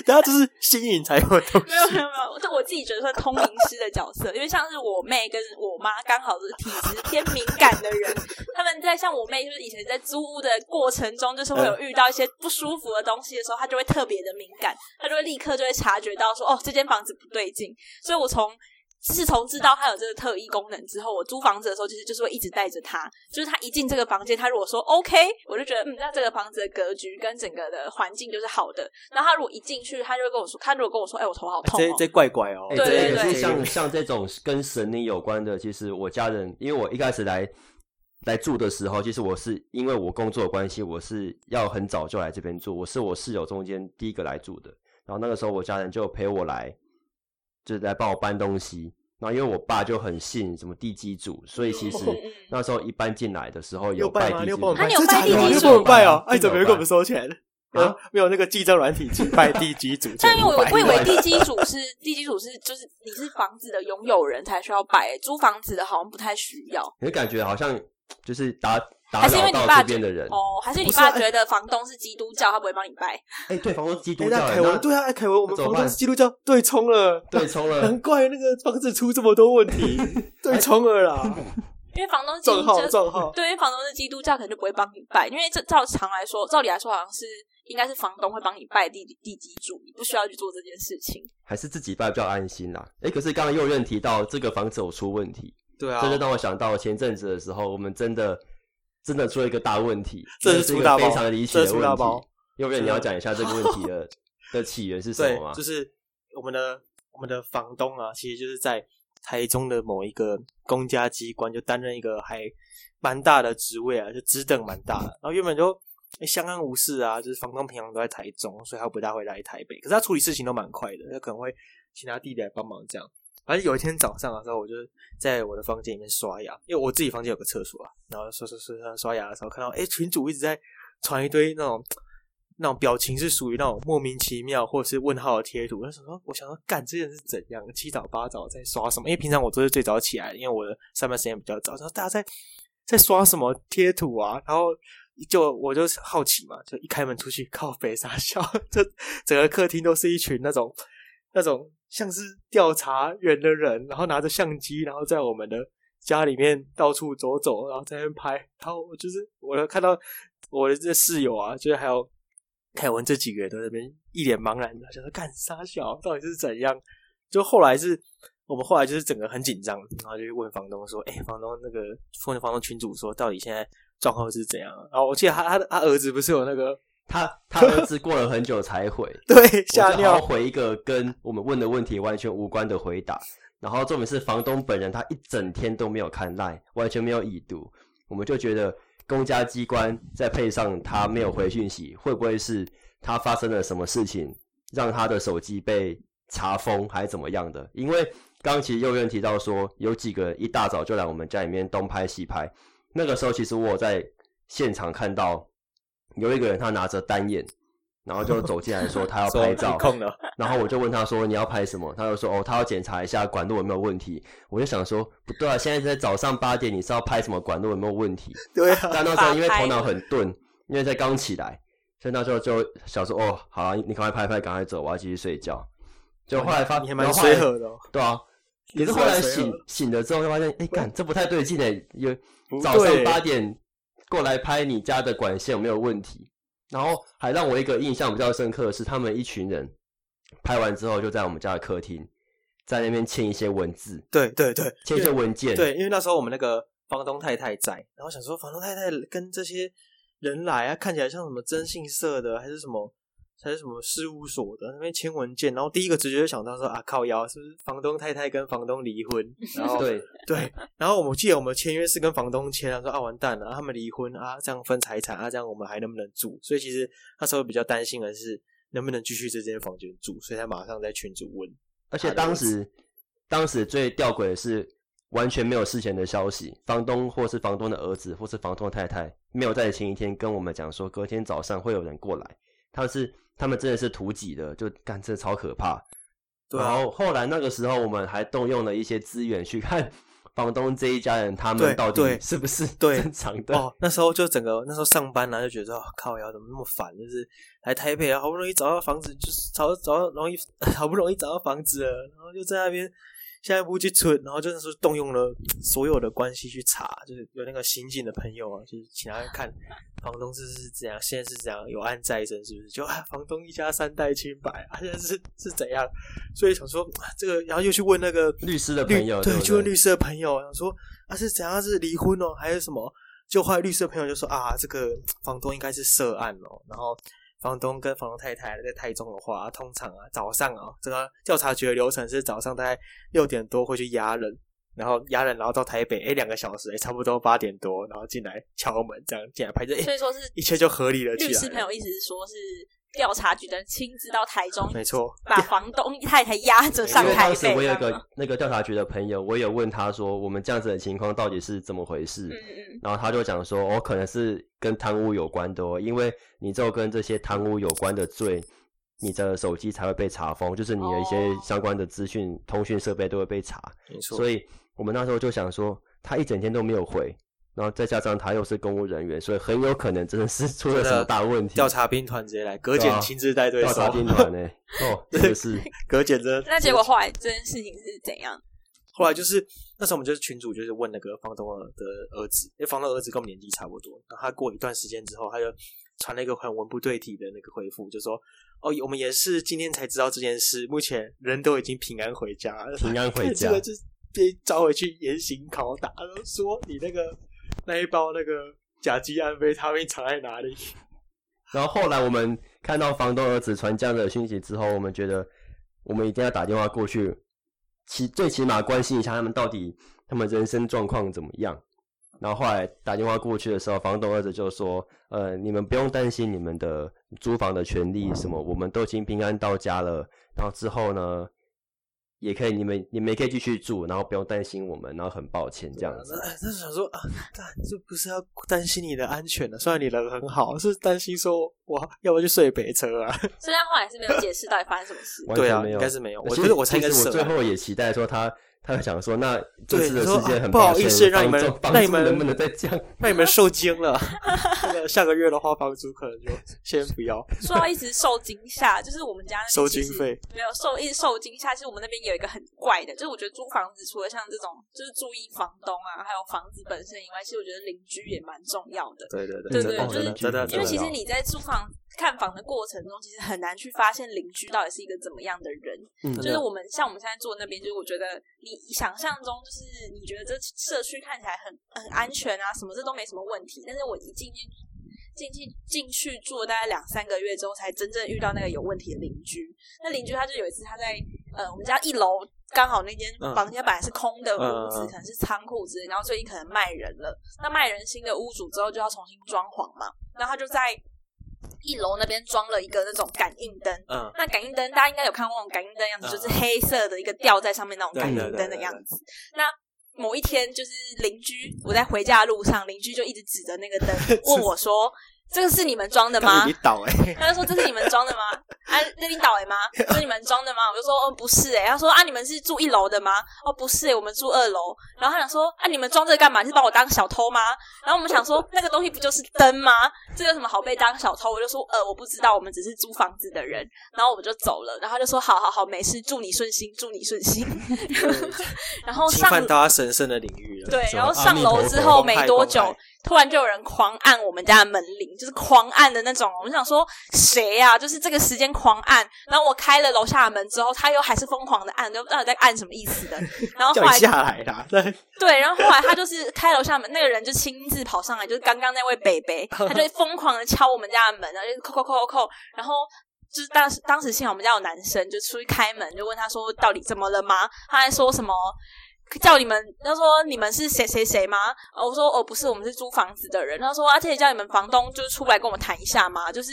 Speaker 1: 然后就是新颖才有的东西
Speaker 3: 没有没有没有，就我自己觉得算通灵师的角色，因为像是我妹跟我妈刚好是体质偏敏感的人， [LAUGHS] 他们在像我妹就是以前在租屋的过程中，就是会有遇到一些不舒服的东西的时候，她就会特别的敏感，她就会立刻就会察觉到说哦这间房子不对劲，所以我从。自从知道它有这个特异功能之后，我租房子的时候其实就是会一直带着它，就是他一进这个房间，他如果说 OK，我就觉得嗯，那这个房子的格局跟整个的环境就是好的。然后他如果一进去，他就会跟我说，他如果跟我说，哎、我头好痛、
Speaker 1: 这
Speaker 3: 哦，
Speaker 1: 这怪怪哦，
Speaker 2: 哎、
Speaker 3: 对
Speaker 2: 这
Speaker 3: 对
Speaker 2: 个
Speaker 3: 对
Speaker 2: 是像像这种跟神灵有关的，其实我家人，因为我一开始来来住的时候，其实我是因为我工作的关系，我是要很早就来这边住，我是我室友中间第一个来住的。然后那个时候我家人就陪我来，就是来帮我搬东西。然后因为我爸就很信什么地基主，所以其实
Speaker 3: [LAUGHS] 嗯嗯
Speaker 2: 那时候一搬进来的时候
Speaker 1: 六
Speaker 2: 有
Speaker 1: 拜
Speaker 2: 地
Speaker 1: 吗？
Speaker 2: 基
Speaker 1: 六
Speaker 2: 主。
Speaker 1: 帮我
Speaker 3: 拜
Speaker 1: 拜，
Speaker 3: 你有
Speaker 1: 真假
Speaker 3: 拜地
Speaker 1: 的
Speaker 3: 基
Speaker 1: 啊
Speaker 3: 主
Speaker 1: 六帮我拜哦
Speaker 2: 吗？
Speaker 1: 哎，怎么没给我们收钱？啊
Speaker 2: 啊，
Speaker 1: 没有那个记账软体去拜地基主，
Speaker 3: 但因为我我以
Speaker 1: 拜
Speaker 3: 为地基主是地基主是就是你是房子的拥有人才需要摆、租房子的好像不太需要，
Speaker 2: 你会感觉好像就是打打
Speaker 3: 还是因
Speaker 2: 扰
Speaker 3: 为你
Speaker 2: 到
Speaker 3: 爸
Speaker 2: 这边的人。
Speaker 3: 哦，还是你
Speaker 1: 不是啊
Speaker 3: 爸觉得房东是基督教，他不会帮你拜？
Speaker 2: 哎、对，房东是基督
Speaker 1: 哎，
Speaker 2: 教
Speaker 1: 那
Speaker 2: 欸，
Speaker 1: 凯文
Speaker 2: 那
Speaker 1: 对啊，哎凯文，我们
Speaker 2: 那怎么
Speaker 1: 房东
Speaker 2: 办
Speaker 1: 是基督教对冲了，
Speaker 2: [LAUGHS] 对冲了，
Speaker 1: [LAUGHS] 难怪那个房子出这么多问 [LAUGHS] 题，对冲了啦，
Speaker 3: 因为房东是基督
Speaker 1: 撞号
Speaker 3: 教，
Speaker 1: 撞号，
Speaker 3: [LAUGHS] 对，因为房东是基督教，可能就不会帮你拜，因为这照常来说，照理来说好像是应该是房东会帮你拜地地基主，你不需要去做这件事情。
Speaker 2: 还是自己拜比较安心啦。哎、可是刚刚右任提到这个房子有出问题，
Speaker 1: [LAUGHS] 对啊
Speaker 2: 这就让我想到前阵子的时候，我们真的真的出了一个大问题，
Speaker 1: 这是
Speaker 2: 是一
Speaker 1: 出
Speaker 2: 个
Speaker 1: 大包
Speaker 2: 非常离奇
Speaker 1: 这
Speaker 2: 的
Speaker 1: 是出大
Speaker 2: 问题
Speaker 1: 包。
Speaker 2: 右任，你要讲一下这个问题
Speaker 1: [LAUGHS]
Speaker 2: 的的起源是什
Speaker 1: 对
Speaker 2: 么吗，
Speaker 1: 就？是我们的我们的房东啊，其实就是在台中的某一个公家机关就担任一个还蛮大的职位啊，就职等蛮大的。然后原本就、诶相安无事啊，就是房东平常都在台中，所以他不大会来台北。可是他处理事情都蛮快的，他可能会请他弟弟来帮忙这样。反正有一天早上的时候，我就在我的房间里面刷牙，因为我自己房间有个厕所啊。然后刷刷刷刷刷牙的时候，看到哎、诶群主一直在传一堆那种那种表情是属于那种莫名其妙或者是问号的贴图。我想说，我想说，干这个人是怎样七早八早在刷什么？因为平常我都是最早起来的，因为我的上班时间比较早。然后大家在在刷什么贴图啊？然后就我就好奇嘛，就一开门出去，靠北傻笑， [LAUGHS] 就整个客厅都是一群那种那种像是调查员的人，然后拿着相机，然后在我们的家里面到处走走，然后在那边拍。然后我就是我看到我的这室友啊，就是还有凯文这几个人都在那边一脸茫然的，想说干啥小到底是怎样？就后来是我们后来就是整个很紧张，然后就去问房东说：“哎、房东那个问房东群主说，到底现在状况是怎样啊？”然后我记得他他的他儿子不是有那个
Speaker 2: 他他儿子过了很久才回，
Speaker 1: 对
Speaker 2: 我
Speaker 1: 吓
Speaker 2: 就好
Speaker 1: 尿
Speaker 2: 好，回一个跟我们问的问题完全无关的回答。然后重点是房东本人他一整天都没有看 line，完全没有已读，我们就觉得公家机关再配上他没有回讯息，会不会是他发生了什么事情，让他的手机被查封还是怎么样的？因为刚刚其实右院提到说，有几个人一大早就来我们家里面东拍西拍，那个时候其实我有在现场看到有一个人他拿着单眼，然后就走进来说他
Speaker 1: [LAUGHS]
Speaker 2: 要
Speaker 1: 说
Speaker 2: 拍
Speaker 1: 你
Speaker 2: 照，
Speaker 1: 空
Speaker 2: [LAUGHS]
Speaker 1: 了，
Speaker 2: 然后我就问他说你要拍什么？他就说哦，他要检查一下管路有没有问题。我就想说不对啊，现在在早上八点，你是要拍什么管路有没有问题？
Speaker 1: [LAUGHS] 对啊，
Speaker 2: 但那时候因为头脑很钝，因为才刚起来，所以那时候就想说哦，好啊，你赶快拍拍，赶快走，我要继续睡觉。就后来发，
Speaker 1: 啊你还
Speaker 2: 然
Speaker 1: 蛮
Speaker 2: 后后来
Speaker 1: 随和的、哦，
Speaker 2: 对啊。可
Speaker 1: 你
Speaker 2: 是
Speaker 1: 是
Speaker 2: 后来
Speaker 1: 蛮随和
Speaker 2: 醒醒了之后，就发现，哎，干这不太对劲哎，有
Speaker 1: 不
Speaker 2: 早上
Speaker 1: 对
Speaker 2: 八点过来拍你家的管线有没有问题？然后还让我一个印象比较深刻的是，他们一群人拍完之后，就在我们家的客厅，在那边签一些文字，
Speaker 1: 对对对，
Speaker 2: 签一些文件，
Speaker 1: 对，因为那时候我们那个房东太太在，然后想说房东太太跟这些人来啊，看起来像什么征信社的，还是什么，还是什么事务所的那边签文件，然后第一个直觉就想到说啊靠腰，是不是房东太太跟房东离婚？然后
Speaker 2: 对，
Speaker 1: 对，然后我们记得我们签约是跟房东签，啊，说啊完蛋了，啊他们离婚啊，这样分财产啊，这样我们还能不能住？所以其实那时候比较担心的是能不能继续这间房间住，所以才马上在群主问。
Speaker 2: 而且当时，当时最吊诡的是，完全没有事前的消息，房东或是房东的儿子或是房东的太太没有在前一天跟我们讲说，隔天早上会有人过来，他是他们真的是图己的，就干这超可怕。
Speaker 1: 对
Speaker 2: 然
Speaker 1: 啊，
Speaker 2: 后后来那个时候，我们还动用了一些资源去看房东这一家人他们
Speaker 1: 对
Speaker 2: 到底
Speaker 1: 对
Speaker 2: 是不是
Speaker 1: 对
Speaker 2: 正常的。
Speaker 1: 哦，那时候就整个那时候上班呢、就觉得说、哦、靠呀，怎么那么烦？就是来台北啊，好不容易找到房子，就是找找到容易， [LAUGHS] 好不容易找到房子了，然后就在那边下一步去存，然后就是说动用了所有的关系去查，就是有那个新进的朋友啊，就是请他看房东是是怎样，现在是怎样有案在身，是不是？就啊，房东一家三代清白啊，现在是是怎样？所以想说、啊这个，然后又去问那个
Speaker 2: 律师的
Speaker 1: 律
Speaker 2: 朋友，
Speaker 1: 对，
Speaker 2: 不
Speaker 1: 就问律师的朋友，想说啊是怎样是离婚哦，还是什么？就后来律师的朋友就说啊，这个房东应该是涉案哦，然后房东跟房东太太在台中的话，通常啊早上啊，这个调查局的流程是早上大概六点多会去押人，然后押人，然后到台北，哎，两个小时，哎，差不多八点多，然后进来敲门，这样进来拍照，
Speaker 3: 所
Speaker 1: 哎，
Speaker 3: 以说是
Speaker 1: 一切就合理了起来
Speaker 3: 律
Speaker 1: 了。
Speaker 3: 师朋友意思是说，是调查局的人亲自到台中，
Speaker 1: 没错，
Speaker 3: 把房东太太压着上
Speaker 2: 因为
Speaker 3: 台
Speaker 2: 当时
Speaker 3: 北。
Speaker 2: 我有一
Speaker 3: 这样吗
Speaker 2: 个那个调查局的朋友，我有问他说，我们这样子的情况到底是怎么回事？
Speaker 3: 嗯嗯，
Speaker 2: 然后他就讲说，哦，可能是跟贪污有关的哦，因为你只有跟这些贪污有关的罪，你的手机才会被查封，就是你的一些
Speaker 3: 哦
Speaker 2: 相关的资讯、通讯设备都会被查。
Speaker 1: 没错，
Speaker 2: 所以我们那时候就想说，他一整天都没有回，然后再加上他又是公务人员，所以很有可能真的是出了
Speaker 1: 真的
Speaker 2: 什么大问题。
Speaker 1: 调查兵团直接来，葛
Speaker 2: 对
Speaker 1: 检
Speaker 2: 啊
Speaker 1: 亲自带队
Speaker 2: 调
Speaker 1: 搜
Speaker 2: 查，兵团呢、
Speaker 1: [LAUGHS]
Speaker 2: 哦，真的是
Speaker 1: 葛检真的
Speaker 3: 那结果后来这件事情是怎样？
Speaker 1: 后来就是那时候我们就是群主就是问那个房东的儿子，因为房东儿子跟我们年纪差不多，然后他过一段时间之后，他就传了一个很文不对题的那个回复，就说：“哦，我们也是今天才知道这件事，目前人都已经平安回家了，
Speaker 2: 平安回
Speaker 1: [LAUGHS] 这
Speaker 2: 家
Speaker 1: 个就是被抓回去严刑拷打，然后说你那个那一包那个甲基安非他命藏在哪里？
Speaker 2: 然后后来我们看到房东儿子传这样的讯息之后，我们觉得我们一定要打电话过去，起最起码关心一下他们到底他们人生状况怎么样。然后后来打电话过去的时候，房东儿子就说：“呃，你们不用担心你们的租房的权利什么，我们都已经平安到家了。然后之后呢，也可以你们你们也可以继续住，然后不用担心我们。然后很抱歉这样子。”，
Speaker 1: 那那想说啊，干这不是要担心你的安全的、虽然你人很好，是担心说哇，要不要去睡北车啊？
Speaker 3: 虽然后来是没有解释到底发生什么事
Speaker 2: 完
Speaker 1: 对
Speaker 2: 全
Speaker 1: 啊，
Speaker 2: 没有
Speaker 1: 应该是没有。我
Speaker 2: 其
Speaker 1: 觉
Speaker 2: 实
Speaker 1: 得我猜应该
Speaker 2: 其
Speaker 1: 是
Speaker 2: 实我
Speaker 1: 涉
Speaker 2: 最
Speaker 1: 案
Speaker 2: 后也期待说他他会想说，那这次
Speaker 1: 对
Speaker 2: 的
Speaker 1: 他说
Speaker 2: 事件很
Speaker 1: 啊不好
Speaker 2: 抱歉
Speaker 1: 意思让你们
Speaker 2: 房租
Speaker 1: 让你
Speaker 2: 房
Speaker 1: 们
Speaker 2: 租能不能再降？
Speaker 1: 那你们受惊
Speaker 3: [LAUGHS]
Speaker 1: 了，那个下个月的话，房租可能就先不要。
Speaker 3: 说到一直受惊吓，就是我们家那边
Speaker 1: 收
Speaker 3: 其
Speaker 1: 经
Speaker 3: 实
Speaker 1: 费
Speaker 3: 没有受一直受惊吓。其实我们那边有一个很怪的，就是我觉得租房子除了像这种就是注意房东啊，还有房子本身以外，其实我觉得邻居也蛮重要的。
Speaker 2: 对对
Speaker 3: 对对
Speaker 1: 哦
Speaker 3: 就是
Speaker 1: 真的真的，真
Speaker 3: 因为
Speaker 1: 的
Speaker 3: 其实你在租房看房的过程中，其实很难去发现邻居到底是一个怎么样的人。
Speaker 1: [LAUGHS] 嗯
Speaker 3: 就是我们像我们现在住的那边，就是我觉得你想象中就是你觉得这社区看起来很很安全啊，什么这都没什么问题。但是我一进进进去进去住了大概两三个月之后，才真正遇到那个有问题的邻居。那邻居他就有一次他在呃我们家一楼。刚好那间
Speaker 1: 嗯
Speaker 3: 房间本来是空的屋
Speaker 1: 嗯
Speaker 3: 子，
Speaker 1: 嗯嗯
Speaker 3: 可能是仓库之类，然后最近可能卖人了。那卖人新的屋主之后就要重新装潢嘛，然后他就在一楼那边装了一个那种感应灯，
Speaker 1: 嗯，
Speaker 3: 那感应灯大家应该有看过那种感应灯样子，
Speaker 1: 嗯
Speaker 3: 就是黑色的一个吊在上面那种
Speaker 1: 对
Speaker 3: 感应
Speaker 1: 对对
Speaker 3: 灯的
Speaker 1: 对
Speaker 3: 样
Speaker 1: 对
Speaker 3: 子。那某一天，就是邻居，我在回家的路上，邻居就一直指着那个灯
Speaker 1: [LAUGHS]
Speaker 3: 问我说：“这个是你们装的
Speaker 1: 看
Speaker 3: 吗
Speaker 1: 着你？”倒哎，
Speaker 3: 他就说：“这是你们装的吗？啊，那你倒哎吗？是你们装的吗？”我就说：“哦，不是哎、他说：“啊，你们是住一楼的吗？”哦，不是哎、我们住二楼。然后他想说：“啊，你们装这个干嘛？你是把我当小偷吗？”然后我们想说，那个东西不就是灯吗？这有什么好被当小偷？我就说：“呃，我不知道，我们只是租房子的人。”然后我们就走了。然后他就说：“好好好，没事，祝你顺心，祝你顺心。
Speaker 1: 对”
Speaker 3: [LAUGHS] 然后
Speaker 1: 嗯侵
Speaker 3: 上
Speaker 1: 犯到他神圣的领域了。啊
Speaker 3: 对，
Speaker 2: 什么
Speaker 3: 然后
Speaker 2: 阿
Speaker 3: 上
Speaker 2: 弥
Speaker 3: 楼
Speaker 2: 陀
Speaker 3: 之
Speaker 2: 佛
Speaker 3: 后
Speaker 1: 公
Speaker 3: 没
Speaker 1: 害
Speaker 3: 多
Speaker 1: 公
Speaker 3: 久
Speaker 1: 害，
Speaker 3: 突然就有人狂按我们家的门铃，就是狂按的那种。我们想说谁呀、就是这个时间狂按。然后我开了楼下的门之后，他又还是疯狂的按，就不知道在按什么意思的。
Speaker 2: [LAUGHS]
Speaker 3: 然后后
Speaker 1: 叫你
Speaker 3: 来
Speaker 1: 下来啊啦！那
Speaker 3: 对，然后后来他就是开楼下门，那个人就亲自跑上来，就是刚刚那位北
Speaker 2: [LAUGHS]
Speaker 3: 北，他就疯狂的敲我们家的门，然后就扣扣扣扣扣，然后。就是当时，当时幸好我们家有男生，就出去开门，就问他说到底怎么了吗？他还说什么叫你们，他说你们是谁谁谁吗？哦，我说哦不是，我们是租房子的人。他说而且叫你们房东就是出来跟我们谈一下嘛，就是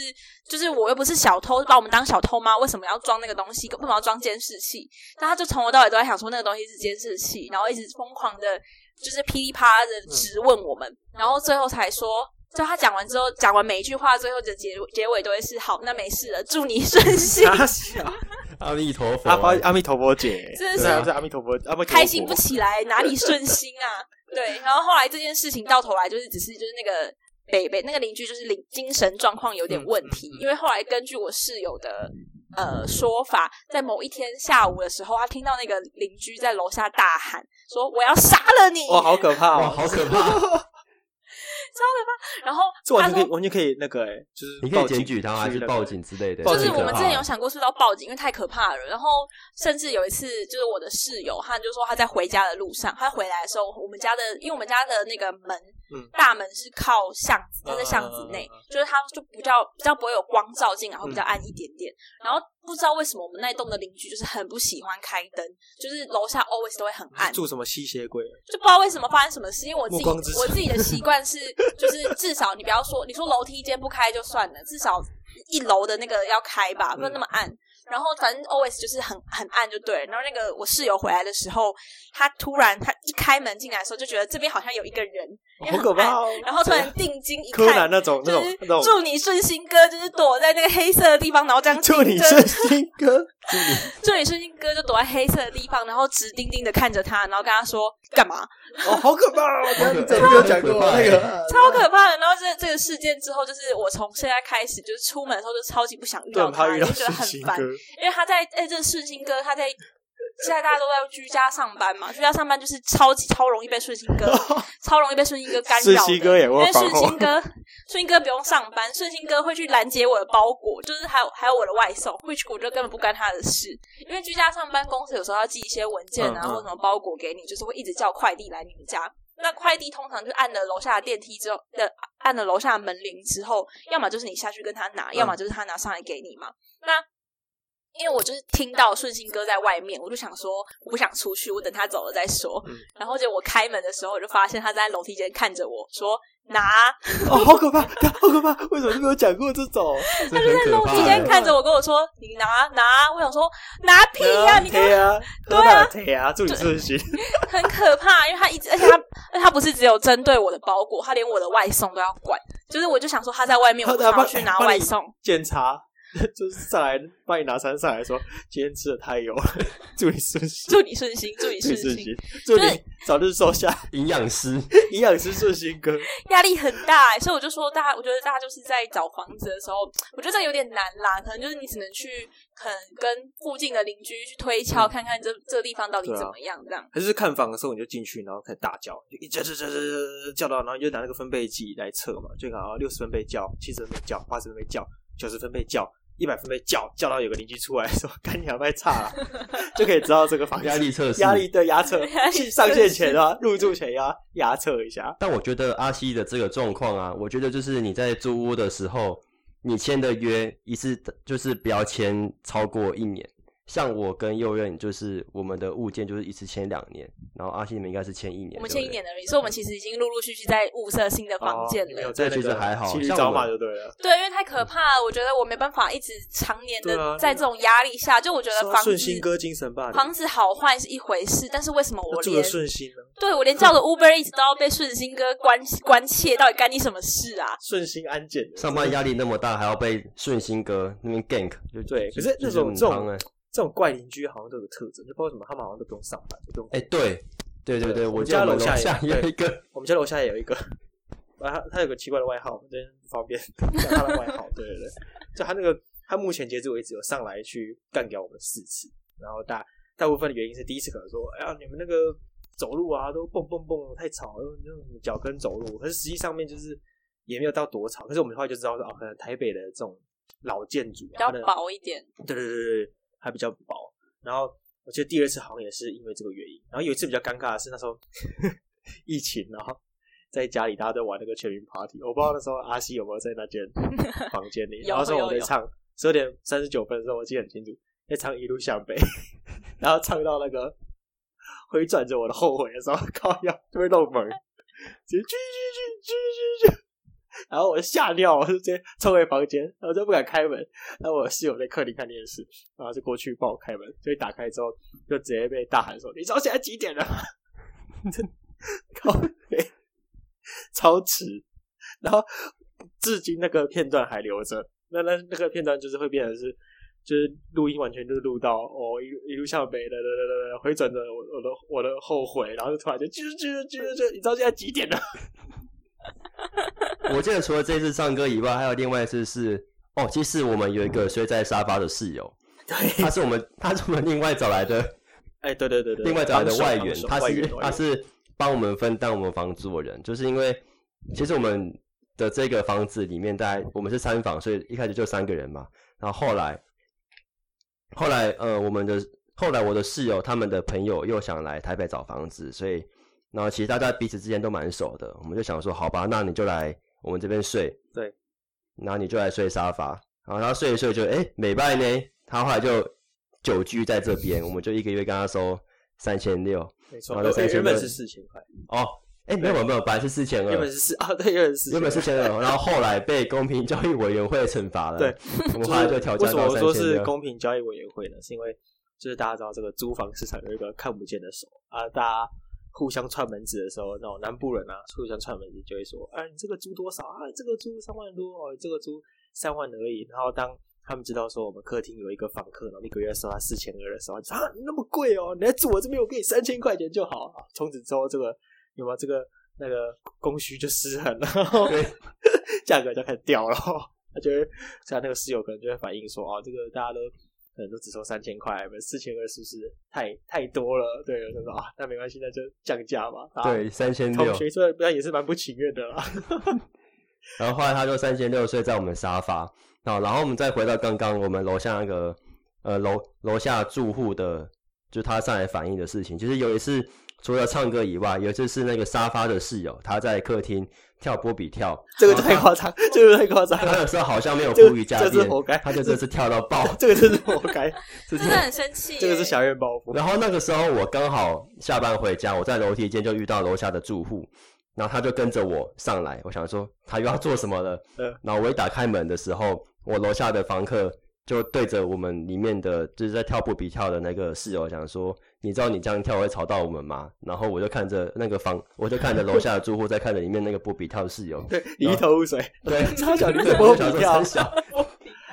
Speaker 3: 就是我又不是小偷，把我们当小偷吗？为什么要装那个东西？为什么要装监视器？但他就从头到尾都在想说那个东西是监视器，然后一直疯狂的，就是噼里啪啦的质问我们，然后最后才说，就他讲完之后，讲完每一句话，最后的结结尾都会是好，那没事了，祝你顺心，
Speaker 1: 阿小
Speaker 2: 啊阿弥陀佛
Speaker 1: 阿
Speaker 2: 啊，
Speaker 1: 巴阿弥陀佛姐，
Speaker 3: 真的是
Speaker 1: 对啊是阿弥陀佛，阿弥陀佛
Speaker 3: [LAUGHS] 开心不起来，哪里顺心
Speaker 1: [LAUGHS]
Speaker 3: 啊？对，然后后来这件事情到头来就是只是就是那个北北那个邻居就是灵精神状况有点问
Speaker 1: 嗯
Speaker 3: 题，因为后来根据我室友的呃说法，在某一天下午的时候，他听到那个邻居在楼下大喊说：“我要杀了你！”
Speaker 1: 哇，好可怕
Speaker 2: 哇，
Speaker 1: 哦！
Speaker 2: 好可
Speaker 1: [LAUGHS]
Speaker 2: 怕！
Speaker 3: 然后
Speaker 1: 这完
Speaker 3: 他
Speaker 1: 全可
Speaker 3: 说
Speaker 1: 以，完全可以那个哎，就是
Speaker 2: 你可以
Speaker 1: 报警
Speaker 2: 检举他，还
Speaker 1: 去
Speaker 2: 是
Speaker 1: 那个
Speaker 2: 报？警之类的？
Speaker 1: 报
Speaker 3: 就
Speaker 1: 警啊
Speaker 3: 是
Speaker 1: 可
Speaker 3: 我们
Speaker 1: 怕
Speaker 3: 之前有想过是不是要报警，因为太可怕了。然后甚至有一次，就是我的室友，他就说他在回家的路上，他回来的时候，我们家的，因为我们家的那个门，
Speaker 1: 嗯
Speaker 3: 大门是靠巷子，它在巷子内，
Speaker 1: 嗯
Speaker 3: 就是它就比较比较不会有光照进来，会比较暗一点点。然后不知道为什么我们那一栋的邻居就是很不喜欢开灯，就是楼下 always 都会很暗，
Speaker 1: 住什么吸血鬼？啊
Speaker 3: 就不知道为什么发生什么事，因为我自己
Speaker 1: 暮光之城
Speaker 3: 我自己的习惯是，就是至少你不要说，你说楼梯间不开就算了，至少一楼的那个要开吧，不要那么暗。然后反正 always 就是很很暗就对了。然后那个我室友回来的时候，他突然他一开门进来的时候，就觉得这边好像有一个人，因为
Speaker 1: 好
Speaker 3: 很
Speaker 1: 可
Speaker 3: 哎暗
Speaker 1: 怕哦！
Speaker 3: 然后突然定睛一
Speaker 1: 柯南
Speaker 3: 看，
Speaker 1: 那种那
Speaker 3: 就
Speaker 1: 种
Speaker 3: 是
Speaker 1: 那 [LAUGHS] 种，
Speaker 3: 祝你顺心哥，就是躲在那个黑色的地方，然后这样
Speaker 1: 祝你
Speaker 3: 盯着
Speaker 1: 顺心哥，
Speaker 3: 祝你顺心哥就躲在黑色的地方，然后直盯盯的看着他，然后跟他说干嘛？
Speaker 1: 哦，好可怕哦！
Speaker 2: 好可怕
Speaker 1: 这没有讲过
Speaker 2: 好可怕
Speaker 1: 那个，
Speaker 3: 超可怕的。然后这这个事件之后，就是我从现在开始，就是出门的时候就超级不想遇
Speaker 1: 对，
Speaker 3: 到
Speaker 1: 很怕
Speaker 3: 他，
Speaker 1: 遇
Speaker 3: 就
Speaker 1: 到
Speaker 3: 觉得
Speaker 1: 顺
Speaker 3: 很
Speaker 1: 心哥
Speaker 3: 烦，。因为他在哎、这个顺心哥他在。现在大家都在居家上班嘛，居家上班就是超级超容易被顺心
Speaker 1: [LAUGHS]
Speaker 3: 哥，超容易被顺心哥干扰的。
Speaker 1: 顺心哥也
Speaker 3: 因
Speaker 1: 会
Speaker 3: 为
Speaker 1: 防
Speaker 3: 顺
Speaker 1: 火
Speaker 3: 心，哥，顺心哥不用上班，顺心哥会去拦截我的包裹，就是还有还有我的外送，which 我就根本不干他的事，因为居家上班，公司有时候要寄一些文件啊、
Speaker 1: 嗯嗯
Speaker 3: 或什么包裹给你，就是会一直叫快递来你们家。那快递通常就按了楼下的电梯之后的，按了楼下的门铃之后，要么就是你下去跟他拿，
Speaker 1: 嗯
Speaker 3: 要么就是他拿上来给你嘛。那因为我就是听到顺心哥在外面，我就想说我不想出去，我等他走了再说。
Speaker 1: 嗯
Speaker 3: 然后结果我开门的时候，我就发现他在楼梯间看着我说拿，
Speaker 1: 哦，好可怕，好可怕！为什么都没有讲过这
Speaker 3: [LAUGHS]
Speaker 1: 种？ [LAUGHS]
Speaker 2: 他就在
Speaker 3: 楼梯间
Speaker 1: 嗯
Speaker 3: 看着我跟我说你拿拿，我想说拿屁呀、你干嘛
Speaker 1: 对啊，
Speaker 3: 对啊
Speaker 1: 对啊，祝你顺心。 [LAUGHS]
Speaker 3: 很可怕，因为他一直，而且他，而且他不是只有针对我的包裹，他连我的外送都要管。就是我就想说他在外面，我
Speaker 1: 他
Speaker 3: 不
Speaker 1: 他
Speaker 3: 想要
Speaker 1: 帮
Speaker 3: 去拿
Speaker 1: 帮
Speaker 3: 外
Speaker 1: 你
Speaker 3: 送，
Speaker 1: 检查 [LAUGHS] 就是上来帮你拿餐上来说，今天吃的太油了， [LAUGHS] 祝你顺心，
Speaker 3: 祝你顺心，祝你
Speaker 1: 祝
Speaker 3: 顺
Speaker 1: 你顺
Speaker 3: 心，
Speaker 1: 心，祝
Speaker 3: 就是
Speaker 1: 你早日瘦下，
Speaker 2: 营
Speaker 1: [LAUGHS]
Speaker 2: 养师，
Speaker 1: 营养师顺心哥。
Speaker 3: 压力很大、欸，所以我就说大家，我觉得大家就是在找房子的时候，我觉得这有点难啦，可能就是你只能去，可能跟附近的邻居去推敲，
Speaker 1: 嗯
Speaker 3: 看看这这地方到底
Speaker 1: 对啊
Speaker 3: 怎么样，这样。
Speaker 1: 还是看房的时候你就进去，然后开始大叫，就一叫叫叫叫叫叫到，然后你就拿那个分贝计来测嘛，就看啊六十分贝叫，七十分贝叫，八十分贝叫，九十分贝叫，一百分贝叫，叫到有个邻居出来说：“干你娘卖差
Speaker 3: [LAUGHS]
Speaker 1: 了、就可以知道这个房子
Speaker 2: 压力测试，
Speaker 1: 压力。对压测
Speaker 3: 压力测试
Speaker 1: 上线前啊，入住前要压测一下。
Speaker 2: 但我觉得阿西的这个状况啊，我觉得就是你在租屋的时候，你签的约一次就是不要签超过一年。像我跟右任，就是我们的物件就是一次签两年，然后阿西你们应该是签一
Speaker 1: 啊
Speaker 2: 年，
Speaker 3: 我们
Speaker 2: 对不
Speaker 3: 签
Speaker 2: 对
Speaker 3: 一年而已，所以我们其实已经陆陆续续在物色新的 [LAUGHS] 房间
Speaker 1: 哦
Speaker 3: 了。
Speaker 1: 没有在那
Speaker 2: 这其实
Speaker 1: 个
Speaker 2: 还好
Speaker 1: 骑驴
Speaker 2: 像
Speaker 1: 找
Speaker 2: 我
Speaker 1: 马就对了。
Speaker 3: 对，因为太可怕了，我觉得我没办法一直常年
Speaker 1: 对啊
Speaker 3: 的在这种压力下，就我觉得
Speaker 1: 说
Speaker 3: 房
Speaker 1: 顺心
Speaker 3: 子
Speaker 1: 哥精神霸凌，
Speaker 3: 房子好坏是一回事，但是为什么我
Speaker 1: 那住
Speaker 3: 连
Speaker 1: 的顺心呢？
Speaker 3: [LAUGHS] 对我连叫个 Uber Eats 都要被顺心哥关关切，到底干你什么事啊？
Speaker 1: 顺心安检的
Speaker 2: 上班压力那么大，还要被顺心哥那边 gank，就
Speaker 1: 对
Speaker 2: 就
Speaker 1: 可是那种
Speaker 2: 就是很忙
Speaker 1: 这种
Speaker 2: 哎、
Speaker 1: 这种怪邻居好像都有个特征，就不知道为什么他们好像都不用上班，就不用
Speaker 2: 哎、对对对
Speaker 1: 对
Speaker 2: 对，
Speaker 1: 我
Speaker 2: 我
Speaker 1: 们
Speaker 2: 记
Speaker 1: 家
Speaker 2: 得我们
Speaker 1: 楼
Speaker 2: 楼
Speaker 1: 下
Speaker 2: 下
Speaker 1: 有
Speaker 2: 有一个，
Speaker 1: 我们家楼下也有一个，啊，他他有个奇怪的外号，我真不方便讲他的外号。对对对，就他那个，他目前截至为止有上来去干掉我们四次，然后大大部分的原因是第一次可能说，哎呀，你们那个走路啊都蹦蹦蹦太吵了，那种脚跟走路，可是实际上面就是也没有到多吵，可是我们后来就知道说，哦，可能台北的这种老建筑，啊
Speaker 3: 比较
Speaker 1: 它的
Speaker 3: 薄一点，
Speaker 1: 对对对对，还比较薄。然后我记得第二次好像也是因为这个原因。然后有一次比较尴尬的是那时候 [LAUGHS] 疫情，然后在家里大家都玩那个全民 party，我不知道那时候阿西有没有在那
Speaker 3: [LAUGHS]
Speaker 1: 间房间里。
Speaker 3: 有
Speaker 1: 然后那时候我在
Speaker 3: 有有
Speaker 1: 唱十二点三十九分的时候，我记得很清楚，在唱《一路向北》， [LAUGHS] 然后唱到那个回转着我的后悔的时候， [LAUGHS] 靠腰就会漏门，直接去去去去去去。然后我吓尿，我就直接冲回房间，然后就不敢开门。然后我室友在客厅看电视，然后就过去帮我开门，所以打开之后就直接被大喊说：“你知道现在几点了吗？” [LAUGHS] 靠北，超迟。然后至今那个片段还留着，那那那个片段就是会变成是，就是录音完全就是录到哦一一路向北的的的的回转着我我的我的后悔，然后就突然就啾啾啾啾啾，你知道现在几点了？ [LAUGHS]
Speaker 2: 我记得除了这次唱歌以外，还有另外一次是哦，其实我们有一个睡在沙发的室友，
Speaker 1: 对，
Speaker 2: 他是我们他是我们另外找来的
Speaker 1: 哎对对对对，
Speaker 2: 另外找来的
Speaker 1: 帮手
Speaker 2: 外
Speaker 1: 帮
Speaker 2: 援，
Speaker 1: 手
Speaker 2: 他
Speaker 1: 外
Speaker 2: 是
Speaker 1: 援外
Speaker 2: 他
Speaker 1: 援
Speaker 2: 是帮我们分担我们房租的人，就是因为其实我们的这个房子里面，大概我们是三房，所以一开始就三个人嘛。然后后来后来呃，我们的后来我的室友他们的朋友又想来台北找房子，所以然后其实大家彼此之间都蛮熟的，我们就想说，好吧，那你就来我们这边睡，
Speaker 1: 对，
Speaker 2: 然后你就来睡沙发，然后他睡一睡就哎美拜呢，他后来就久居在这边，我们就一个月跟他收三千六，
Speaker 1: 没错，
Speaker 2: 然后
Speaker 1: 对
Speaker 2: 三千
Speaker 1: 原本
Speaker 2: 多
Speaker 1: 是四千块，
Speaker 2: 哦，哎没有没有，本来是四千二，
Speaker 1: 原本是四 [LAUGHS] 啊，对，原本是
Speaker 2: 嗯原本是
Speaker 1: 四
Speaker 2: 千二，然后后来被公平交易委员会惩罚了，
Speaker 1: 对，
Speaker 2: 我
Speaker 1: 千
Speaker 2: 们
Speaker 1: 就
Speaker 2: 后来
Speaker 1: 是
Speaker 2: 就调
Speaker 1: 为
Speaker 2: 价
Speaker 1: 什么
Speaker 2: 到
Speaker 1: 我
Speaker 2: 三
Speaker 1: 说
Speaker 2: 千
Speaker 1: 是
Speaker 2: 六。
Speaker 1: 公平交易委员会呢？是因为就是大家知道这个租房市场有一个看不见的手啊，大家互相串门子的时候，那种南部人啊互相串门子就会说，啊，你这个租多少啊？这个租三万多哦，你这个租三万而已。然后当他们知道说我们客厅有一个访客，然后一个月收他四千二的时候，就说啊那么贵哦，你来住我这边，我给你三千块钱就好。啊从此之后，这个有没有这个那个供需就失衡了，然后
Speaker 2: 对
Speaker 1: [LAUGHS] 价格就开始掉了。他就会，所以他那个室友可能就会反映说，哦，这个大家都可能都只收三千块，我们四千二是不是太太多了？对，我就说啊，那没关系，那就降价吧。啊，
Speaker 2: 对，三千
Speaker 1: 同
Speaker 2: 六，
Speaker 1: 学虽然不然也是蛮不情愿的啦。
Speaker 2: 然后后来他就三千六睡在我们沙发，哦然后然后我们再回到刚刚我们楼下那个呃楼楼下住户的，就他上来反映的事情，就是有一次除了唱歌以外，有一次是那个沙发的室友他在客厅跳波比跳，哦
Speaker 1: 这个太夸张，这个太夸张
Speaker 2: 他
Speaker 1: 了，
Speaker 2: 那时候好像没有
Speaker 1: 这
Speaker 2: 呼吁加
Speaker 1: 这是
Speaker 2: 鞭，
Speaker 1: 活该，
Speaker 2: 他就这次跳到爆，
Speaker 1: 这个真是活该，
Speaker 2: 这
Speaker 3: 真的很生气
Speaker 1: [LAUGHS]
Speaker 3: 耶。
Speaker 1: 这个是小院包袱。
Speaker 2: 然后那个时候我刚好下班回家，我在楼梯间就遇到楼下的住户，然后他就跟着我上来，我想说他又要做什么了。
Speaker 1: [LAUGHS] 嗯
Speaker 2: 然后我一打开门的时候，我楼下的房客就对着我们里面的就是在跳步比跳的那个室友讲说：“你知道你这样跳会吵到我们吗？”然后我就看着那个房，我就看着楼下的住户在看着里面那个波比跳的室友，
Speaker 1: [LAUGHS] 对，你一头雾水，
Speaker 2: 对，
Speaker 1: 超小你
Speaker 2: 对，
Speaker 1: 波
Speaker 2: 我
Speaker 1: 比
Speaker 2: 想说
Speaker 1: 跳
Speaker 2: 三，小，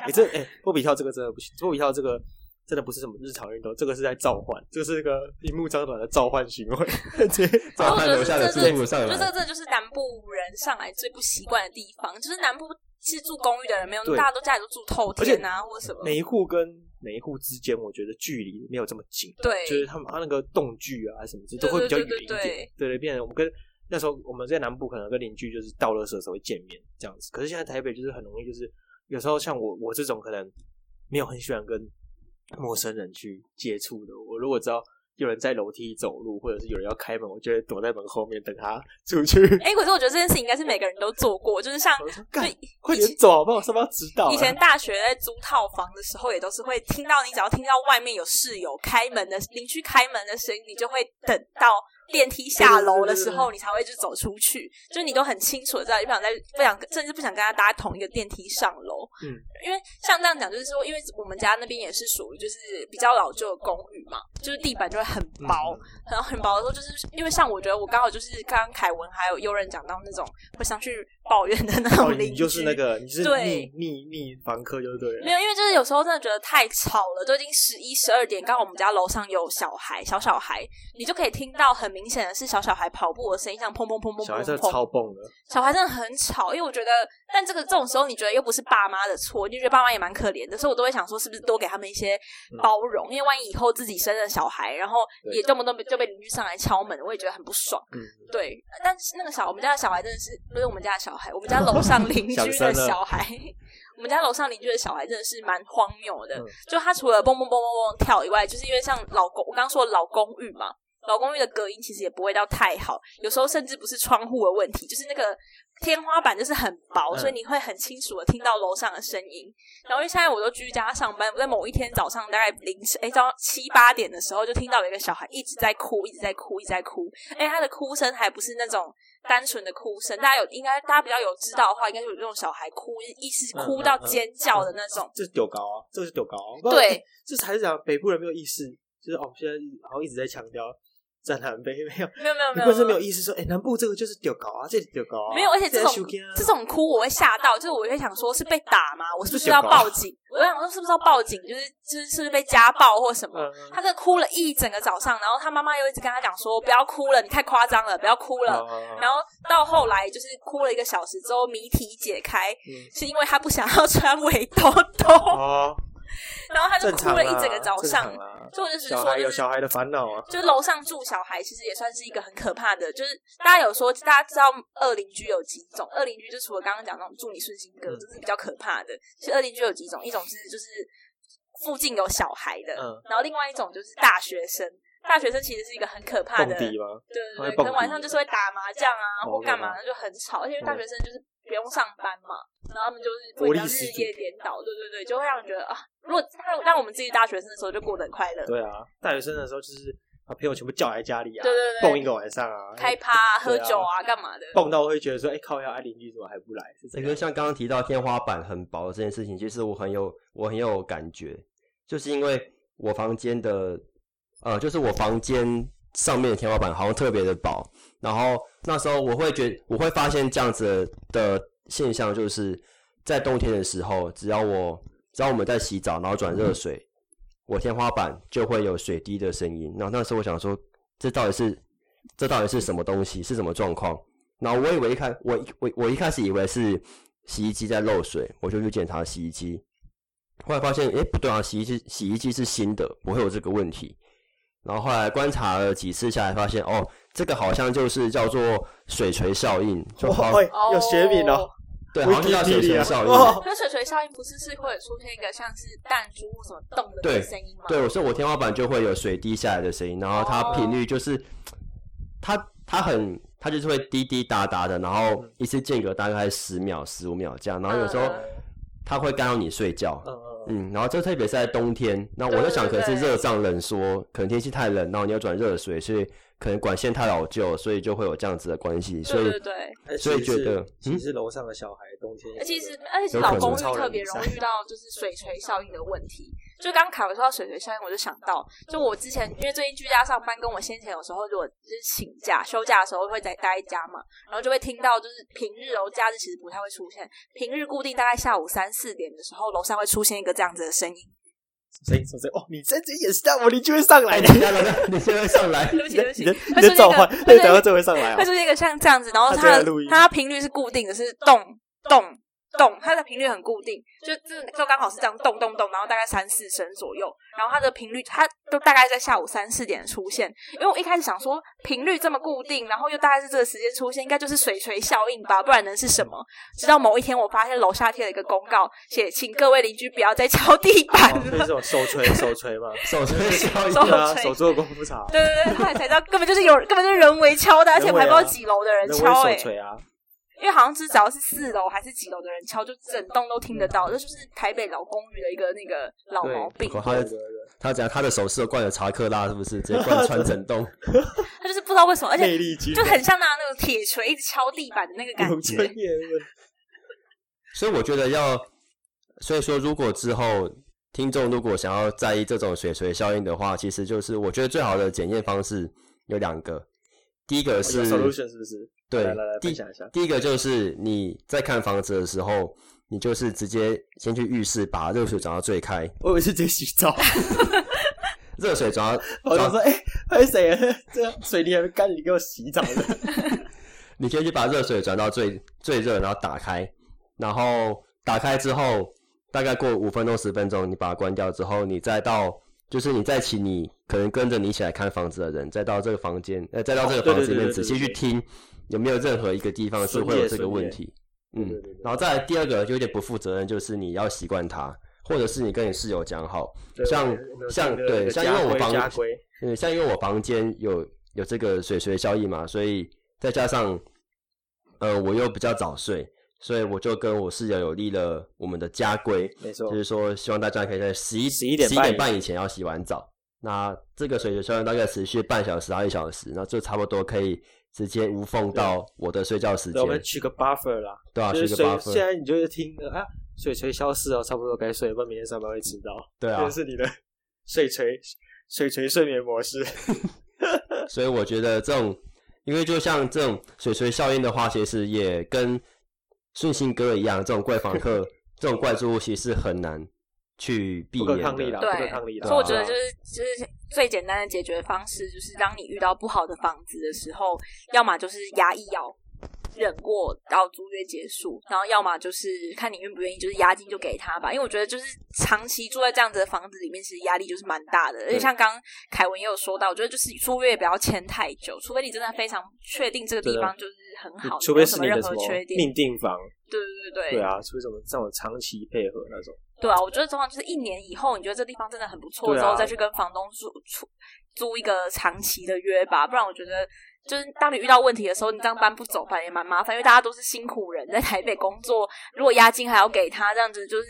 Speaker 1: 你这 [LAUGHS] 哎，波比跳这个真的不行，波比跳这个真的不是什么日常运动，这个是在召唤，这是个明目张胆的召唤行为。 [LAUGHS] 直接
Speaker 2: 早
Speaker 1: 召
Speaker 2: 上
Speaker 1: 唤
Speaker 2: 留下的
Speaker 1: 字
Speaker 2: 祝福上
Speaker 3: 我觉得这
Speaker 2: 来，
Speaker 3: 这就是南部人上来最不习惯的地方，就是南部其实住公寓的人没有，
Speaker 1: 对
Speaker 3: 大家都家里都住透天啊，或者什么。
Speaker 1: 每一户跟每一户之间，我觉得距离没有这么近，
Speaker 3: 对，
Speaker 1: 就是他们他那个动距啊什么之类都
Speaker 3: 对
Speaker 1: 会比较
Speaker 3: 对
Speaker 1: 远
Speaker 3: 对
Speaker 1: 一
Speaker 3: 对
Speaker 1: 点。对对，变成我们跟那时候我们在南部可能跟邻居就是到垃圾的时候会见面这样子，可是现在台北就是很容易，就是有时候像我我这种可能没有很喜欢跟陌生人去接触的，我如果知道。有人在楼梯走路，或者是有人要开门，我就会躲在门后面等他 [LAUGHS] 出
Speaker 3: [LAUGHS]
Speaker 1: 去。
Speaker 3: 哎、可是我觉得这件事情应该是每个人都做过，就是像
Speaker 1: 我说
Speaker 3: 就
Speaker 1: 干，快点走好不好？上班要迟到啊。
Speaker 3: 以前大学在租套房的时候，也都是会听到你只要听到外面有室友开门的邻居开门的声音，你就会等到电梯下楼的时候，你才会就走出去。就是你都很清楚的知道，你不想在不想甚至不想跟他搭同一个电梯上楼。
Speaker 1: 嗯，
Speaker 3: 因为像这样讲，就是说，因为我们家那边也是属于就是比较老旧的公寓嘛，就是地板就会很薄，
Speaker 1: 嗯
Speaker 3: 然后很薄的时候，就是因为像我觉得我刚好就是刚刚凯文还有悠人讲到那种会上去抱怨的那
Speaker 1: 哦，
Speaker 3: [LAUGHS] 种邻居，
Speaker 1: 你就是那个，你是
Speaker 3: 对
Speaker 1: 逆逆逆房客就对了。
Speaker 3: 没有，因为就是有时候真的觉得太吵了，都已经十一十二点，刚好我们家楼上有小孩，小小孩，你就可以听到很明显的是小小孩跑步的声音，像砰砰砰砰
Speaker 1: 小孩
Speaker 3: 砰
Speaker 1: 真的
Speaker 3: 砰，
Speaker 1: 超蹦的，
Speaker 3: 小孩真的很吵。因为我觉得，但这个这种时候，你觉得又不是爸妈的错，你就觉得爸妈也蛮可怜的，所以我都会想说，是不是多给他们一些
Speaker 1: 嗯
Speaker 3: 包容？因为万一以后自己生了小孩，然后也动不动就被邻居上来敲门，我也觉得很不爽。
Speaker 1: 嗯
Speaker 3: 对，但是那个小我们家的小孩真的是，不是我们家的小孩，我们家楼上邻
Speaker 1: 小
Speaker 3: 居
Speaker 1: 三
Speaker 3: 的
Speaker 1: 了
Speaker 3: 小孩，我们家楼上邻居的小孩真的是蛮荒谬的。
Speaker 1: 嗯
Speaker 3: 就他除了蹦蹦蹦蹦蹦跳以外，就是因为像老公，我刚刚说老公寓嘛，老公寓的隔音其实也不会到太好，有时候甚至不是窗户的问题，就是那个天花板就是很薄，
Speaker 1: 嗯
Speaker 3: 所以你会很清楚的听到楼上的声音。然后因为现在我都居家上班，我在某一天早上大概凌晨哎早上七八点的时候，就听到有一个小孩一直在哭，一直在哭，一直在哭。哎，他的哭声还不是那种单纯的哭声，大家有应该大家比较有知道的话，应该有这种小孩哭，一是哭到尖叫的那种。
Speaker 1: 这是丢高啊，这个是丢高、啊。不
Speaker 3: 对
Speaker 1: 然，这才是讲北部人没有意识，就是哦，现在好像一直在强调在南北没有，
Speaker 3: 没有没有
Speaker 1: 你
Speaker 3: 没
Speaker 1: 不
Speaker 3: 有，
Speaker 1: 是没有意识说，哎、南部这个就是丢高啊，这里丢高啊，
Speaker 3: 没有，而且这种
Speaker 1: 在收听啊
Speaker 3: 这种哭我会吓到，就是我会想说是被打吗？我是不
Speaker 1: 这
Speaker 3: 是
Speaker 1: 是
Speaker 3: 要
Speaker 1: 小狗啊
Speaker 3: 报警？我想说是不是要报警？就是就是是不是被家暴或什么？
Speaker 1: 嗯
Speaker 3: 他这哭了一整个早上，然后他妈妈又一直跟他讲说不要哭了，你太夸张了，不要哭了。
Speaker 1: 嗯
Speaker 3: 然后到后来就是哭了一个小时之后，谜题解开，
Speaker 1: 嗯
Speaker 3: 是因为他不想要穿围兜兜，
Speaker 1: 哦，
Speaker 3: 然后他就
Speaker 1: 正
Speaker 3: 哭
Speaker 1: 常
Speaker 3: 了
Speaker 1: 啦
Speaker 3: 一整个早
Speaker 1: 哦正
Speaker 3: 上
Speaker 1: 常。啦
Speaker 3: 所以我就只是
Speaker 1: 小
Speaker 3: 说，
Speaker 1: 孩有
Speaker 3: 就是
Speaker 1: 小孩的烦恼啊，
Speaker 3: 就是楼上住小孩，其实也算是一个很可怕的。就是大家有说，大家知道二邻居有几种？二邻居就除了刚刚讲那种住你顺心哥，
Speaker 1: 嗯
Speaker 3: 这是比较可怕的。其实二邻居有几种，一种是就是附近有小孩的，
Speaker 1: 嗯
Speaker 3: 然后另外一种就是大学生。大学生其实是一个很可怕
Speaker 1: 蹦
Speaker 3: 的，对
Speaker 1: 迪吗？
Speaker 3: 对
Speaker 1: 他会
Speaker 3: 对，
Speaker 1: 蹦
Speaker 3: 可能晚
Speaker 1: 迪
Speaker 3: 上就是会打麻将啊，
Speaker 1: 哦
Speaker 3: 或干嘛
Speaker 1: 干，嘛
Speaker 3: 那就很吵。而且因为大学生就是不用上班嘛，然后他们就是
Speaker 1: 活
Speaker 3: 会
Speaker 1: 力
Speaker 3: 比较
Speaker 1: 十
Speaker 3: 日
Speaker 1: 足
Speaker 3: 夜颠倒，对对对，就会让人觉得啊，如果他让我们自己大学生的时候就过得很快乐，
Speaker 1: 对啊，大学生的时候就是把朋友全部叫来家里啊，
Speaker 3: 对对对
Speaker 1: 蹦一个晚上啊，
Speaker 3: 开趴、啊、喝
Speaker 1: 对啊
Speaker 3: 酒啊、干嘛的。
Speaker 1: 蹦到会觉得说，哎、靠要哎，邻居怎么还不来？是这
Speaker 2: 这
Speaker 1: 个
Speaker 2: 个像刚刚提到天花板很薄的这件事情，其实我很有我很有感觉，就是因为我房间的呃，就是我房间上面的天花板好像特别的薄，然后那时候我会觉我会发现这样子的现象，就是在冬天的时候，只要我只要我们在洗澡，然后转热水，我天花板就会有水滴的声音。然后那时候我想说，这到底是这到底是什么东西，是什么状况？然后我以为一开我我我一开始以为是洗衣机在漏水，我就去检查洗衣机，后来发现诶不对啊，洗衣机洗衣机是新的，不会有这个问题。然后后来观察了几次下来，发现哦，这个好像就是叫做水锤效应，就好
Speaker 1: 哇，哎、有学名哦，
Speaker 2: 对，好像就叫水锤
Speaker 1: Wikipedia
Speaker 2: 效应。
Speaker 1: 哦
Speaker 3: 可是水锤效应不是是会有出现一个像是弹珠或什么动的那个
Speaker 2: 对
Speaker 3: 声音吗？
Speaker 2: 对，所以我天花板就会有水滴下来的声音，然后它
Speaker 3: 哦
Speaker 2: 频率就是，它它很它就是会滴滴答答的，然后一次间隔大概十秒、十五秒这样，然后有时候
Speaker 3: 嗯
Speaker 2: 它会干扰你睡觉。
Speaker 1: 嗯嗯嗯。
Speaker 2: 嗯，然后这特别是在冬天，那我在想可能是热胀冷缩，可能天气太冷，然后你要转热水，所以可能管线太老旧，所以就会有这样子的关系。所以
Speaker 3: 对对对，
Speaker 1: 但
Speaker 2: 所以
Speaker 1: 哎其实
Speaker 2: 觉得
Speaker 1: 是其实楼上的小孩冬天也
Speaker 3: 而
Speaker 1: 会
Speaker 3: 且是而且是
Speaker 2: 有
Speaker 3: 老
Speaker 2: 可
Speaker 3: 公
Speaker 2: 能
Speaker 3: 寓特别容易遇到就是水锤效应的问题。就刚凯文说到水锤效应，我就想到，就我之前因为最近居家上班，跟我先前有时候如果就是请假休假的时候会在待在家嘛，然后就会听到就是平日哦，假日其实不太会出现，平日固定大概下午三四点的时候，楼上会出现一个这样子的声音。
Speaker 1: 谁谁谁哦，你睁着眼让我邻居会上
Speaker 2: 哎
Speaker 1: 来的，
Speaker 2: 你现在上来，
Speaker 3: 对不起，
Speaker 1: 你
Speaker 3: 对
Speaker 1: 的
Speaker 3: 不起
Speaker 1: 你，的
Speaker 3: 会
Speaker 1: 你
Speaker 3: 出
Speaker 1: 的
Speaker 3: 现
Speaker 1: 召
Speaker 3: 一个
Speaker 1: 唤，
Speaker 3: 会
Speaker 1: 对，
Speaker 3: 出现
Speaker 1: 等到这会上来
Speaker 3: 会
Speaker 1: 哦。
Speaker 3: 出现一个像这样子，然后
Speaker 1: 它
Speaker 3: 它
Speaker 1: 正在录音
Speaker 3: 它频率是固定的，是动动动，它的频率很固定，就就就刚好是这样动动动，然后大概三四声左右，然后它的频率它就大概在下午三四点出现，因为我一开始想说频率这么固定，然后又大概是这个时间出现，应该就是水锤效应吧，不然能是什么？直到某一天，我发现楼下贴了一个公告，写请各位邻居不要再敲地板
Speaker 1: 哦，那
Speaker 3: 了。
Speaker 1: 是种手锤，手锤嘛，
Speaker 2: 手机效
Speaker 3: [LAUGHS] 手
Speaker 1: 对
Speaker 2: 应，
Speaker 1: 啊，
Speaker 3: 锤
Speaker 1: 手做功夫茶，
Speaker 3: [LAUGHS] 对对对，后来才知道根本就是有根本就是人为敲的，而且我还不知道几楼的人
Speaker 1: 那
Speaker 3: 敲
Speaker 1: 我
Speaker 3: 哎、
Speaker 1: 啊也手锤 [LAUGHS] 啊，
Speaker 3: 因为好像是只要是四楼还是几楼的人敲，就整栋都听得到。这就是台北老公寓的一个那个老毛病，
Speaker 2: 他
Speaker 1: 嗯对
Speaker 2: 的
Speaker 1: 对对
Speaker 2: 他讲他的手势灌了查克拉，是不是直接灌穿整栋？
Speaker 3: 他就是不知道为什么，而
Speaker 1: 魅
Speaker 3: 且
Speaker 1: 力军
Speaker 3: 就很像拿那个铁锤一直敲地板的那个感
Speaker 1: 有
Speaker 3: 觉
Speaker 1: 专。业问
Speaker 2: 所以我觉得要，所以说如果之后听众如果想要在意这种水锤效应的话，其实就是我觉得最好的检验方式有两个，第一个是、
Speaker 1: 哦 solution 是不是？
Speaker 2: 对，
Speaker 1: 来来来，
Speaker 2: 第
Speaker 1: 分享一下。
Speaker 2: 第一个就是你在看房子的时候，你就是直接先去浴室把热水转到最开，
Speaker 1: 我以为是直接洗 [LAUGHS] 澡，
Speaker 2: 热水转到
Speaker 1: [LAUGHS] 我就
Speaker 2: 转
Speaker 1: 说，哎，还有谁？ [LAUGHS] 这水泥还没干，你给我洗澡了？
Speaker 2: 你先去把热水转到最最热，然后打开，然后打开之后，大概过五分钟十分钟，你把它关掉之后，你再到，就是你再请你可能跟着你一起来看房子的人，再到这个房间，呃，再到这
Speaker 1: 哦
Speaker 2: 个房
Speaker 1: 对
Speaker 2: 子
Speaker 1: 对
Speaker 2: 里
Speaker 1: 对
Speaker 2: 面
Speaker 1: 对
Speaker 2: 仔细
Speaker 1: 对
Speaker 2: 去
Speaker 1: 对
Speaker 2: 听有没有任何一个地方是会有这个问题，
Speaker 1: 业对
Speaker 2: 嗯
Speaker 1: 对对，
Speaker 2: 然后再来第二个有点不负责任，就是你要习惯它，或者是你跟你室友讲好，像像对像因为我房
Speaker 1: 家规，
Speaker 2: 嗯，像因为我房间有有这个水水效应嘛，所以再加上，呃，我又比较早睡，所以我就跟我室友有立了我们的家规，
Speaker 1: 没错
Speaker 2: 就，是说希望大家可以在十一
Speaker 1: 11点
Speaker 2: 十一
Speaker 1: 半
Speaker 2: 点半以前要洗完澡。那这个水水效应大概持续半小时到一小时，那就差不多可以直接无缝到我的睡觉时
Speaker 1: 对，
Speaker 2: 间
Speaker 1: 我，们取个 buffer 啦，
Speaker 2: 对啊，
Speaker 1: 就是是
Speaker 2: 个
Speaker 1: 水，
Speaker 2: buffer，
Speaker 1: 现在你就是听着啊，水锤消失哦，差不多该睡了，不然明天上班会迟到。
Speaker 2: 对啊
Speaker 1: 这，是你的水锤水锤睡眠模式。
Speaker 2: 所以我觉得这种，因为就像这种水锤效应的话，其实也跟顺性哥一样，这种怪房客、这种怪租屋其实很难去避
Speaker 1: 不可
Speaker 2: 免
Speaker 1: 抗力啦
Speaker 2: 的。
Speaker 1: 不可
Speaker 3: 对
Speaker 1: 抗力啦
Speaker 3: 所以我觉
Speaker 1: 对
Speaker 3: 得
Speaker 1: 啊
Speaker 3: 就是就是最简单的解决方式，就是当你遇到不好的房子的时候，要么就是压抑要忍过到租约结束，然后要么就是看你愿不愿意，就是押金就给他吧。因为我觉得就是长期住在这样子的房子里面，其实压力就是蛮大的。而且像刚刚凯文也有说到，我觉得就是租约也不要签太久，除非你真的非常确定这个地
Speaker 1: 真的
Speaker 3: 方就是很
Speaker 1: [LAUGHS]
Speaker 3: 好，
Speaker 1: 除
Speaker 3: 没
Speaker 1: 非
Speaker 3: 有
Speaker 1: 是
Speaker 3: 什
Speaker 1: 你
Speaker 3: 么任
Speaker 1: 的什
Speaker 3: 何
Speaker 1: 么
Speaker 3: 缺点。
Speaker 1: 命定房，
Speaker 3: 对对对
Speaker 1: 对啊，除非什么这种长期配合那种，
Speaker 3: 对啊，我觉得通常就是一年以后，你觉得这地方真的很不错
Speaker 1: 对
Speaker 3: 之
Speaker 1: 啊
Speaker 3: 后，再去跟房东租租租一个长期的约吧。不然我觉得，就是当你遇到问题的时候，你这样搬不走，反正也蛮麻烦，因为大家都是辛苦人，在台北工作，如果押金还要给他，这样子就是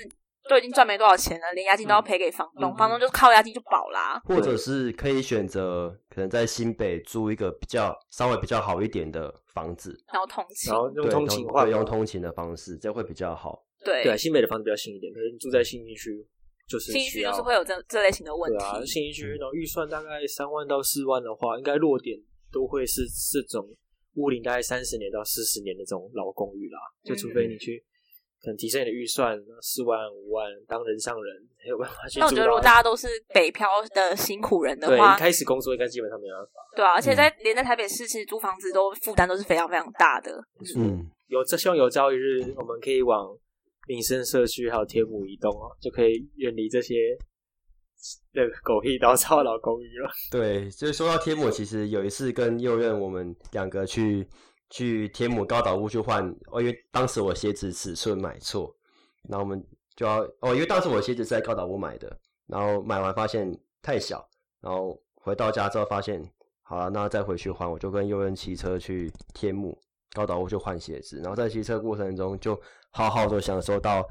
Speaker 3: 都已经赚没多少钱了，连押金都要赔给房东，
Speaker 1: 嗯
Speaker 3: 房东就靠押金就保啦。
Speaker 2: 或者是可以选择可能在新北租一个比较稍微比较好一点的房子，
Speaker 3: 然后通勤
Speaker 1: 然，后用
Speaker 2: 对
Speaker 1: 通勤换
Speaker 2: 对
Speaker 1: 嘛
Speaker 2: 用通勤的方式，这样会比较好。
Speaker 3: 对，
Speaker 1: 对啊，新北的房子比较新一点，可是你住在新一区就是
Speaker 3: 新一
Speaker 1: 需
Speaker 3: 区
Speaker 1: 要
Speaker 3: 就是会有这这类型的问
Speaker 1: 对
Speaker 3: 题。嗯
Speaker 1: 啊，新一区然后预算大概三万到四万的话，应该落点都会是这种屋龄大概三十年到四十年的这种老公寓啦，就除非
Speaker 3: 嗯
Speaker 1: 你去。可能提升你的预算，四万五万当人上人，才有办法去
Speaker 3: 那
Speaker 1: 住
Speaker 3: 我觉得，如果
Speaker 1: 到。
Speaker 3: 大家都是北漂的辛苦人的
Speaker 1: 对，
Speaker 3: 话
Speaker 1: 一，开始工作应该基嗯本上没办法。
Speaker 3: 对啊，而且在连在台北市，其实租房子都负担都是非常非常大的。
Speaker 2: 嗯，
Speaker 1: 有这希望有朝一日，我们可以往民生社区还有天母移动哦，就可以远离这些那个狗屁倒灶的老公寓了。
Speaker 2: 对，所以说到天母，其实有一次跟右任我们两个去去天母高岛屋去换，哦，因为当时我鞋子尺寸买错，然后我们就要哦，因为当时我鞋子是在高岛屋买的，然后买完发现太小，然后回到家之后发现，好了，那再回去换，我就跟右任骑车去天母高岛屋去换鞋子，然后在骑车过程中就好好的享受到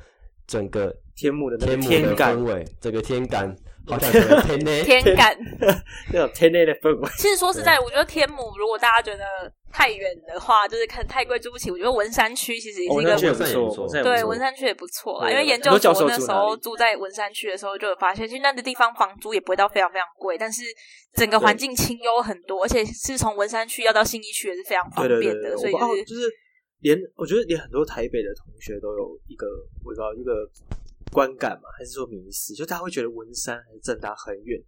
Speaker 2: 整个
Speaker 1: 天幕的那
Speaker 2: 天
Speaker 1: 个
Speaker 2: 母的
Speaker 1: 天
Speaker 2: 氛
Speaker 1: 感， [LAUGHS]
Speaker 2: 围，整个天感，好想成为天内，
Speaker 3: [LAUGHS] 天感。
Speaker 1: 那种天内的氛围。
Speaker 3: 其实说实在，我觉得天母如果大家觉得太远的话，就是可能太贵住不起。我觉得文山区其实也
Speaker 1: 哦
Speaker 3: 是一
Speaker 1: 那
Speaker 3: 个
Speaker 1: 区也
Speaker 2: 文山也
Speaker 1: 不
Speaker 2: 不
Speaker 1: 错，文山也不
Speaker 2: 错
Speaker 3: 对，
Speaker 1: 错
Speaker 3: 文山区也不错啦，
Speaker 1: 对
Speaker 3: 因为研
Speaker 1: 罗
Speaker 3: 究
Speaker 1: 教授
Speaker 3: 所那
Speaker 1: 住
Speaker 3: 时
Speaker 1: 哪
Speaker 3: 候
Speaker 1: 里
Speaker 3: 住在文山区的时候，就有发现，其实那个地方房租也不会到非常非常贵，但是整个环
Speaker 1: 对
Speaker 3: 境清幽很多，而且是从文山区要到信义区也是非常方
Speaker 1: 对对
Speaker 3: 便
Speaker 1: 对对
Speaker 3: 的，
Speaker 1: 对，
Speaker 3: 所以
Speaker 1: 我不知道
Speaker 3: 就是
Speaker 1: 就是连我觉得连很多台北的同学都有一个我不知道一个观感嘛，还是说迷失，就大家会觉得文山还是正大很远，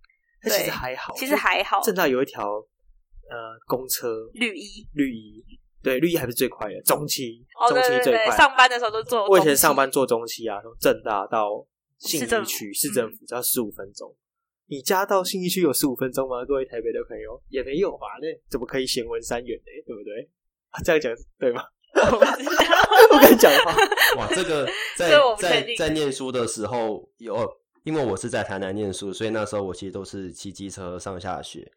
Speaker 1: 但其实
Speaker 3: 对
Speaker 1: 还好，
Speaker 3: 其实还好
Speaker 1: 就。正大有一条呃公车
Speaker 3: 绿衣
Speaker 1: 绿衣，对绿衣还不是最快的，中期
Speaker 3: 哦，
Speaker 1: 中
Speaker 3: 对
Speaker 1: 期
Speaker 3: 对
Speaker 1: 最
Speaker 3: 对，
Speaker 1: 快。
Speaker 3: 上班的时候都坐。
Speaker 1: 我以前上，班坐中期啊，从正大到信
Speaker 3: 市政
Speaker 1: 义
Speaker 3: 府嗯
Speaker 1: 区市政府只要十五分钟。你家到信义区有十五分钟吗？各位台北的朋友也没有吧？那怎么可以嫌文山远呢？对不对？啊，这样讲对吗？
Speaker 3: 我不知
Speaker 1: [LAUGHS]
Speaker 3: 道
Speaker 1: 不敢讲话。
Speaker 3: [LAUGHS]
Speaker 2: 哇，这个在
Speaker 3: 这我不确
Speaker 2: 在
Speaker 3: 定
Speaker 2: 在念书的时候有，因为我是在台南念书，所以那时候我其实都是骑机车上下学，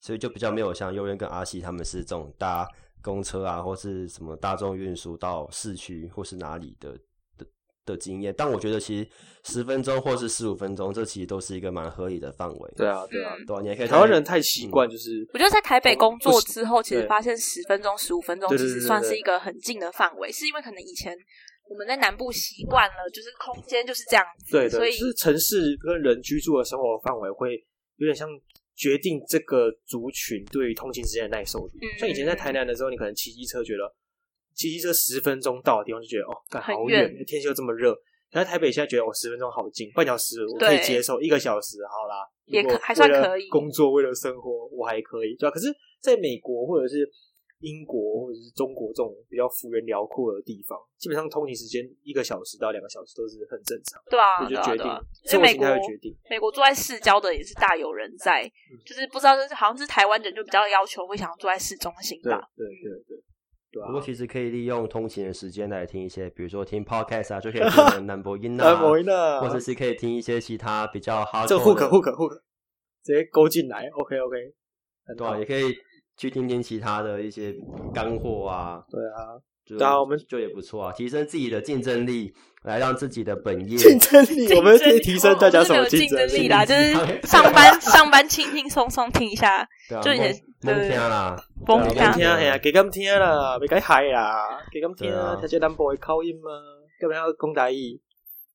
Speaker 2: 所以就比较没有像悠渊跟阿西他们是这种搭公车啊，或是什么大众运输到市区或是哪里的。的的经验，但我觉得其实十分钟或是十五分钟，这其实都是一个蛮合理的范围。
Speaker 1: 对啊，对啊，
Speaker 3: 嗯
Speaker 2: 对啊，你还可以
Speaker 1: 台湾
Speaker 2: 在
Speaker 1: 人太习惯就是
Speaker 3: 我觉得在台北工
Speaker 1: 哦不
Speaker 3: 作
Speaker 1: 是
Speaker 3: 之后，其实
Speaker 1: 对
Speaker 3: 发现十分钟、十五分钟
Speaker 1: 对
Speaker 3: 其
Speaker 1: 对
Speaker 3: 实
Speaker 1: 对
Speaker 3: 算
Speaker 1: 对
Speaker 3: 是一个很近的范围，是因为可能以前我们在南部习惯了，就是空间就是这样子，
Speaker 1: 对
Speaker 3: 所
Speaker 1: 对，
Speaker 3: 以
Speaker 1: 就是城市跟人居住的生活范围会有点像决定这个族群对于通勤时间的耐受度。
Speaker 3: 嗯
Speaker 1: 像以前在台南的时候，你可能骑机车觉得骑机车十分钟到的地方就觉得哦，干
Speaker 3: 很
Speaker 1: 好
Speaker 3: 远
Speaker 1: 远，天气又这么热。然后台北现在觉得我十分钟好近，半小时我可以
Speaker 3: 对
Speaker 1: 接受，一个小时好啦，
Speaker 3: 也
Speaker 1: 如果
Speaker 3: 可还算
Speaker 1: 为了
Speaker 3: 可以
Speaker 1: 工作为了生活，我还可以，对吧、可是在美国或者是英国或者是中国这种比较幅员辽阔的地方，基本上通勤时间一个小时到两个小时都是很正常的。
Speaker 3: 对啊，
Speaker 1: 那
Speaker 3: 对
Speaker 1: 就
Speaker 3: 啊，
Speaker 1: 决
Speaker 3: 对啊
Speaker 1: 定，
Speaker 3: 因
Speaker 1: 生
Speaker 3: 为
Speaker 1: 活
Speaker 3: 美
Speaker 1: 形态会
Speaker 3: 国
Speaker 1: 决定。嗯
Speaker 3: 美国住在市郊的也是大有人在，就是不知道，就是好像是台湾人就比较要求会想要住在市中心
Speaker 1: 对
Speaker 3: 吧。
Speaker 1: 对对对，对
Speaker 2: 不过
Speaker 1: 啊。
Speaker 2: 其实可以利用通勤的时间来听一些，比如说听 podcast 啊，
Speaker 1: [LAUGHS]
Speaker 2: 就可以听我们兰博音
Speaker 1: 那某
Speaker 2: 啊，
Speaker 1: 一呢？
Speaker 2: 或者是可以听一些其他比较哈。
Speaker 1: 呃嗯这个 hook hook hook 直接勾进来，OK OK，很
Speaker 2: 对
Speaker 1: 好
Speaker 2: 啊，也可以去听听其他的一些干货啊，
Speaker 1: 对啊，
Speaker 2: 就
Speaker 1: 对啊我们
Speaker 2: 就也不错啊，提升自己的竞争力，来让自己的本业
Speaker 1: 竞争
Speaker 3: [LAUGHS]
Speaker 1: 力，我们
Speaker 3: 竞争哦
Speaker 1: 可以提升大家什么
Speaker 3: 我们是没有
Speaker 1: 争
Speaker 3: 争力啦？
Speaker 1: 力？
Speaker 3: 就是上班上班轻轻松松听一下，
Speaker 2: 对啊，
Speaker 3: 就也
Speaker 2: 蒙蒙
Speaker 3: 对
Speaker 2: 天啦，
Speaker 3: 崩
Speaker 1: 对
Speaker 3: 一
Speaker 1: 啊给
Speaker 3: 下
Speaker 1: 他们。听啊，哎呀，给他们听啦，别该嗨啦，给他们听
Speaker 2: 对
Speaker 1: 啊
Speaker 2: 啊，
Speaker 1: 他觉得咱不会口音吗？要不要讲台语？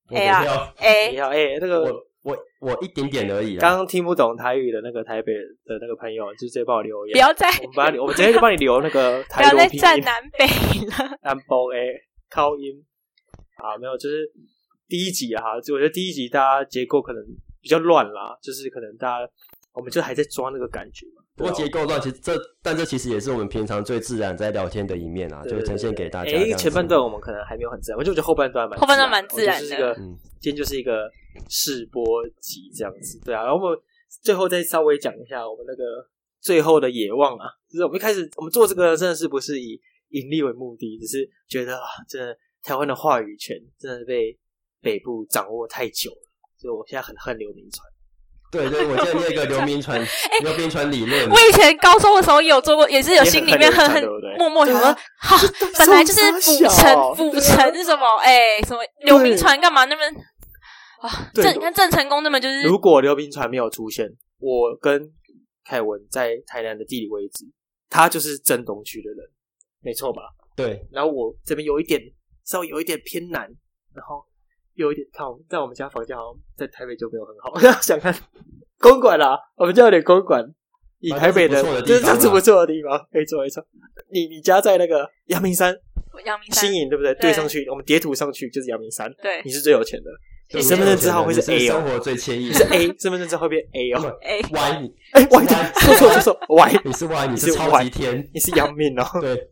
Speaker 3: 哎呀
Speaker 2: 我不要
Speaker 3: 哎
Speaker 1: 你，好，哎，那个
Speaker 2: 我我我一点点而已
Speaker 1: 刚
Speaker 2: 啊，
Speaker 1: 刚听不懂台语的那个台北的那个朋友，就直接帮我留言，
Speaker 3: 不要再
Speaker 1: 我们帮你，我们直接就帮你留那个
Speaker 3: 不
Speaker 1: 台
Speaker 3: 要
Speaker 1: 罗
Speaker 3: 再
Speaker 1: 拼
Speaker 3: 站
Speaker 1: 音。
Speaker 3: 南北了。
Speaker 1: 安包诶，靠音啊，没有，就是第一集啊，就我觉得第一集大家结构可能比较乱啦，就是可能大家我们就还在抓那个感觉嘛。
Speaker 2: 不过
Speaker 1: 对
Speaker 2: 结
Speaker 1: 啊
Speaker 2: 构段其实这，但这其实也是我们平常最自然在聊天的一面啊，
Speaker 1: 对
Speaker 2: 就呈现给大家。
Speaker 1: 诶
Speaker 2: 这样子
Speaker 1: 前半段我们可能还没有很自然，我就觉得后半段蛮
Speaker 3: 后半段蛮
Speaker 1: 自然的，
Speaker 3: 自
Speaker 1: 我觉得
Speaker 3: 然的
Speaker 1: 是一个
Speaker 2: 嗯
Speaker 1: 今天就是一个试播集这样子，对啊，然后我们最后再稍微讲一下我们那个最后的野望啊，就是我们一开始我们做这个真的是不是以盈利为目的，只是觉得啊，真的台湾的话语权真的被北部掌握太久了，所以我现在很恨刘铭传。
Speaker 2: 对对，我记得那个刘铭
Speaker 3: [LAUGHS]
Speaker 2: 传刘铭传理
Speaker 1: [LAUGHS]
Speaker 2: 论，
Speaker 3: 我以前高中的时候也有做过，也是有心里面
Speaker 1: 也
Speaker 3: 恨
Speaker 1: 很
Speaker 3: 恨
Speaker 1: 对不对，
Speaker 3: 默默想说
Speaker 1: 对啊，
Speaker 3: 好，本来就是
Speaker 1: 这
Speaker 3: 府
Speaker 1: 傻小
Speaker 3: 城，府城是什么？哎，什么刘铭传干嘛那么啊？
Speaker 1: 对
Speaker 3: 郑你看郑成功那么就是
Speaker 1: 如果刘铭传没有出现，我跟凯文在台南的地理位置，他就是正东区的人，没错吧？
Speaker 2: 对，
Speaker 1: 然后我这边有一点稍微有一点偏南，然后又有一点看我们在我们家房间好像在台北就没有很好， [LAUGHS] 想看公馆啦、我们家有点公馆，以
Speaker 2: 啊
Speaker 1: 台北的
Speaker 2: 这是不错的
Speaker 1: 这
Speaker 2: 地
Speaker 1: 是这
Speaker 2: 方啊
Speaker 1: 是不错的地方，没错没错。你你家在那个阳明山
Speaker 3: 阳明山
Speaker 1: 新，营对不对？
Speaker 3: 对
Speaker 1: 对上去我们叠图上去就是阳明山，
Speaker 3: 对
Speaker 1: 你是最有钱的，你身份证字号会是
Speaker 2: 你
Speaker 1: A
Speaker 2: 生
Speaker 1: 哦，
Speaker 2: 活最惬意
Speaker 1: 你是 A 身份证字号会变
Speaker 2: [LAUGHS]
Speaker 1: A 哦，
Speaker 3: 哎，
Speaker 2: ，Y，你
Speaker 1: 哎歪错错错错歪，
Speaker 2: 你是 Y，你
Speaker 1: 你
Speaker 2: 是
Speaker 1: 是
Speaker 2: 超级天，
Speaker 1: 你是阳明哦。
Speaker 2: 对，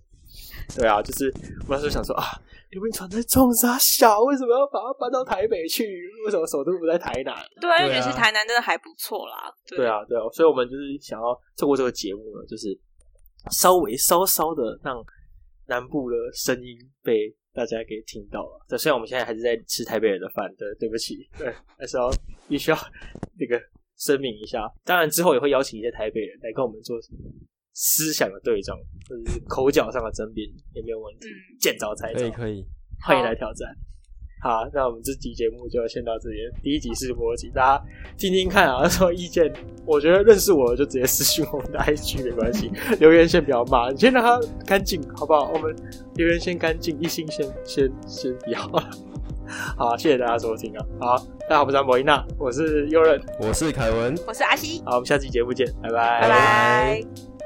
Speaker 1: 对啊，就是我那时候想说啊，刘铭传在冲啥小，为什么要把它搬到台北去？为什么首都不在台南？
Speaker 3: 对啊，因为
Speaker 2: 对啊
Speaker 3: 其实台南真的还不错啦。
Speaker 1: 对，啊，对啊，所以我们就是想要透过这个节目呢，就是稍微稍稍的让南部的声音被大家给听到了。对，虽然我们现在还是在吃台北人的饭，对，对不起，对， [LAUGHS] 还是要必须要那个声明一下。当然之后也会邀请一些台北人来跟我们做思想的对撞，
Speaker 3: 嗯
Speaker 1: 嗯就是口角上的争辩也没有问题，见招拆招
Speaker 2: 可以，可以，
Speaker 1: 欢迎来挑战。好，那我们这集节目就先到这边。第一集试播集，大家听听看啊，说意见。我觉得认识我的就直接私信我们的 IG 没关 [LAUGHS] 系，留言先不要骂，你先让它干净，好不好？我们留言先干净，一心先先先不要。 [LAUGHS] 好，谢谢大家收听啊！好，大家好，我是张博一娜，我是优任，
Speaker 2: 我是凯文，
Speaker 3: 我是阿西，
Speaker 1: 好，我们下期节目见，拜
Speaker 3: 拜拜。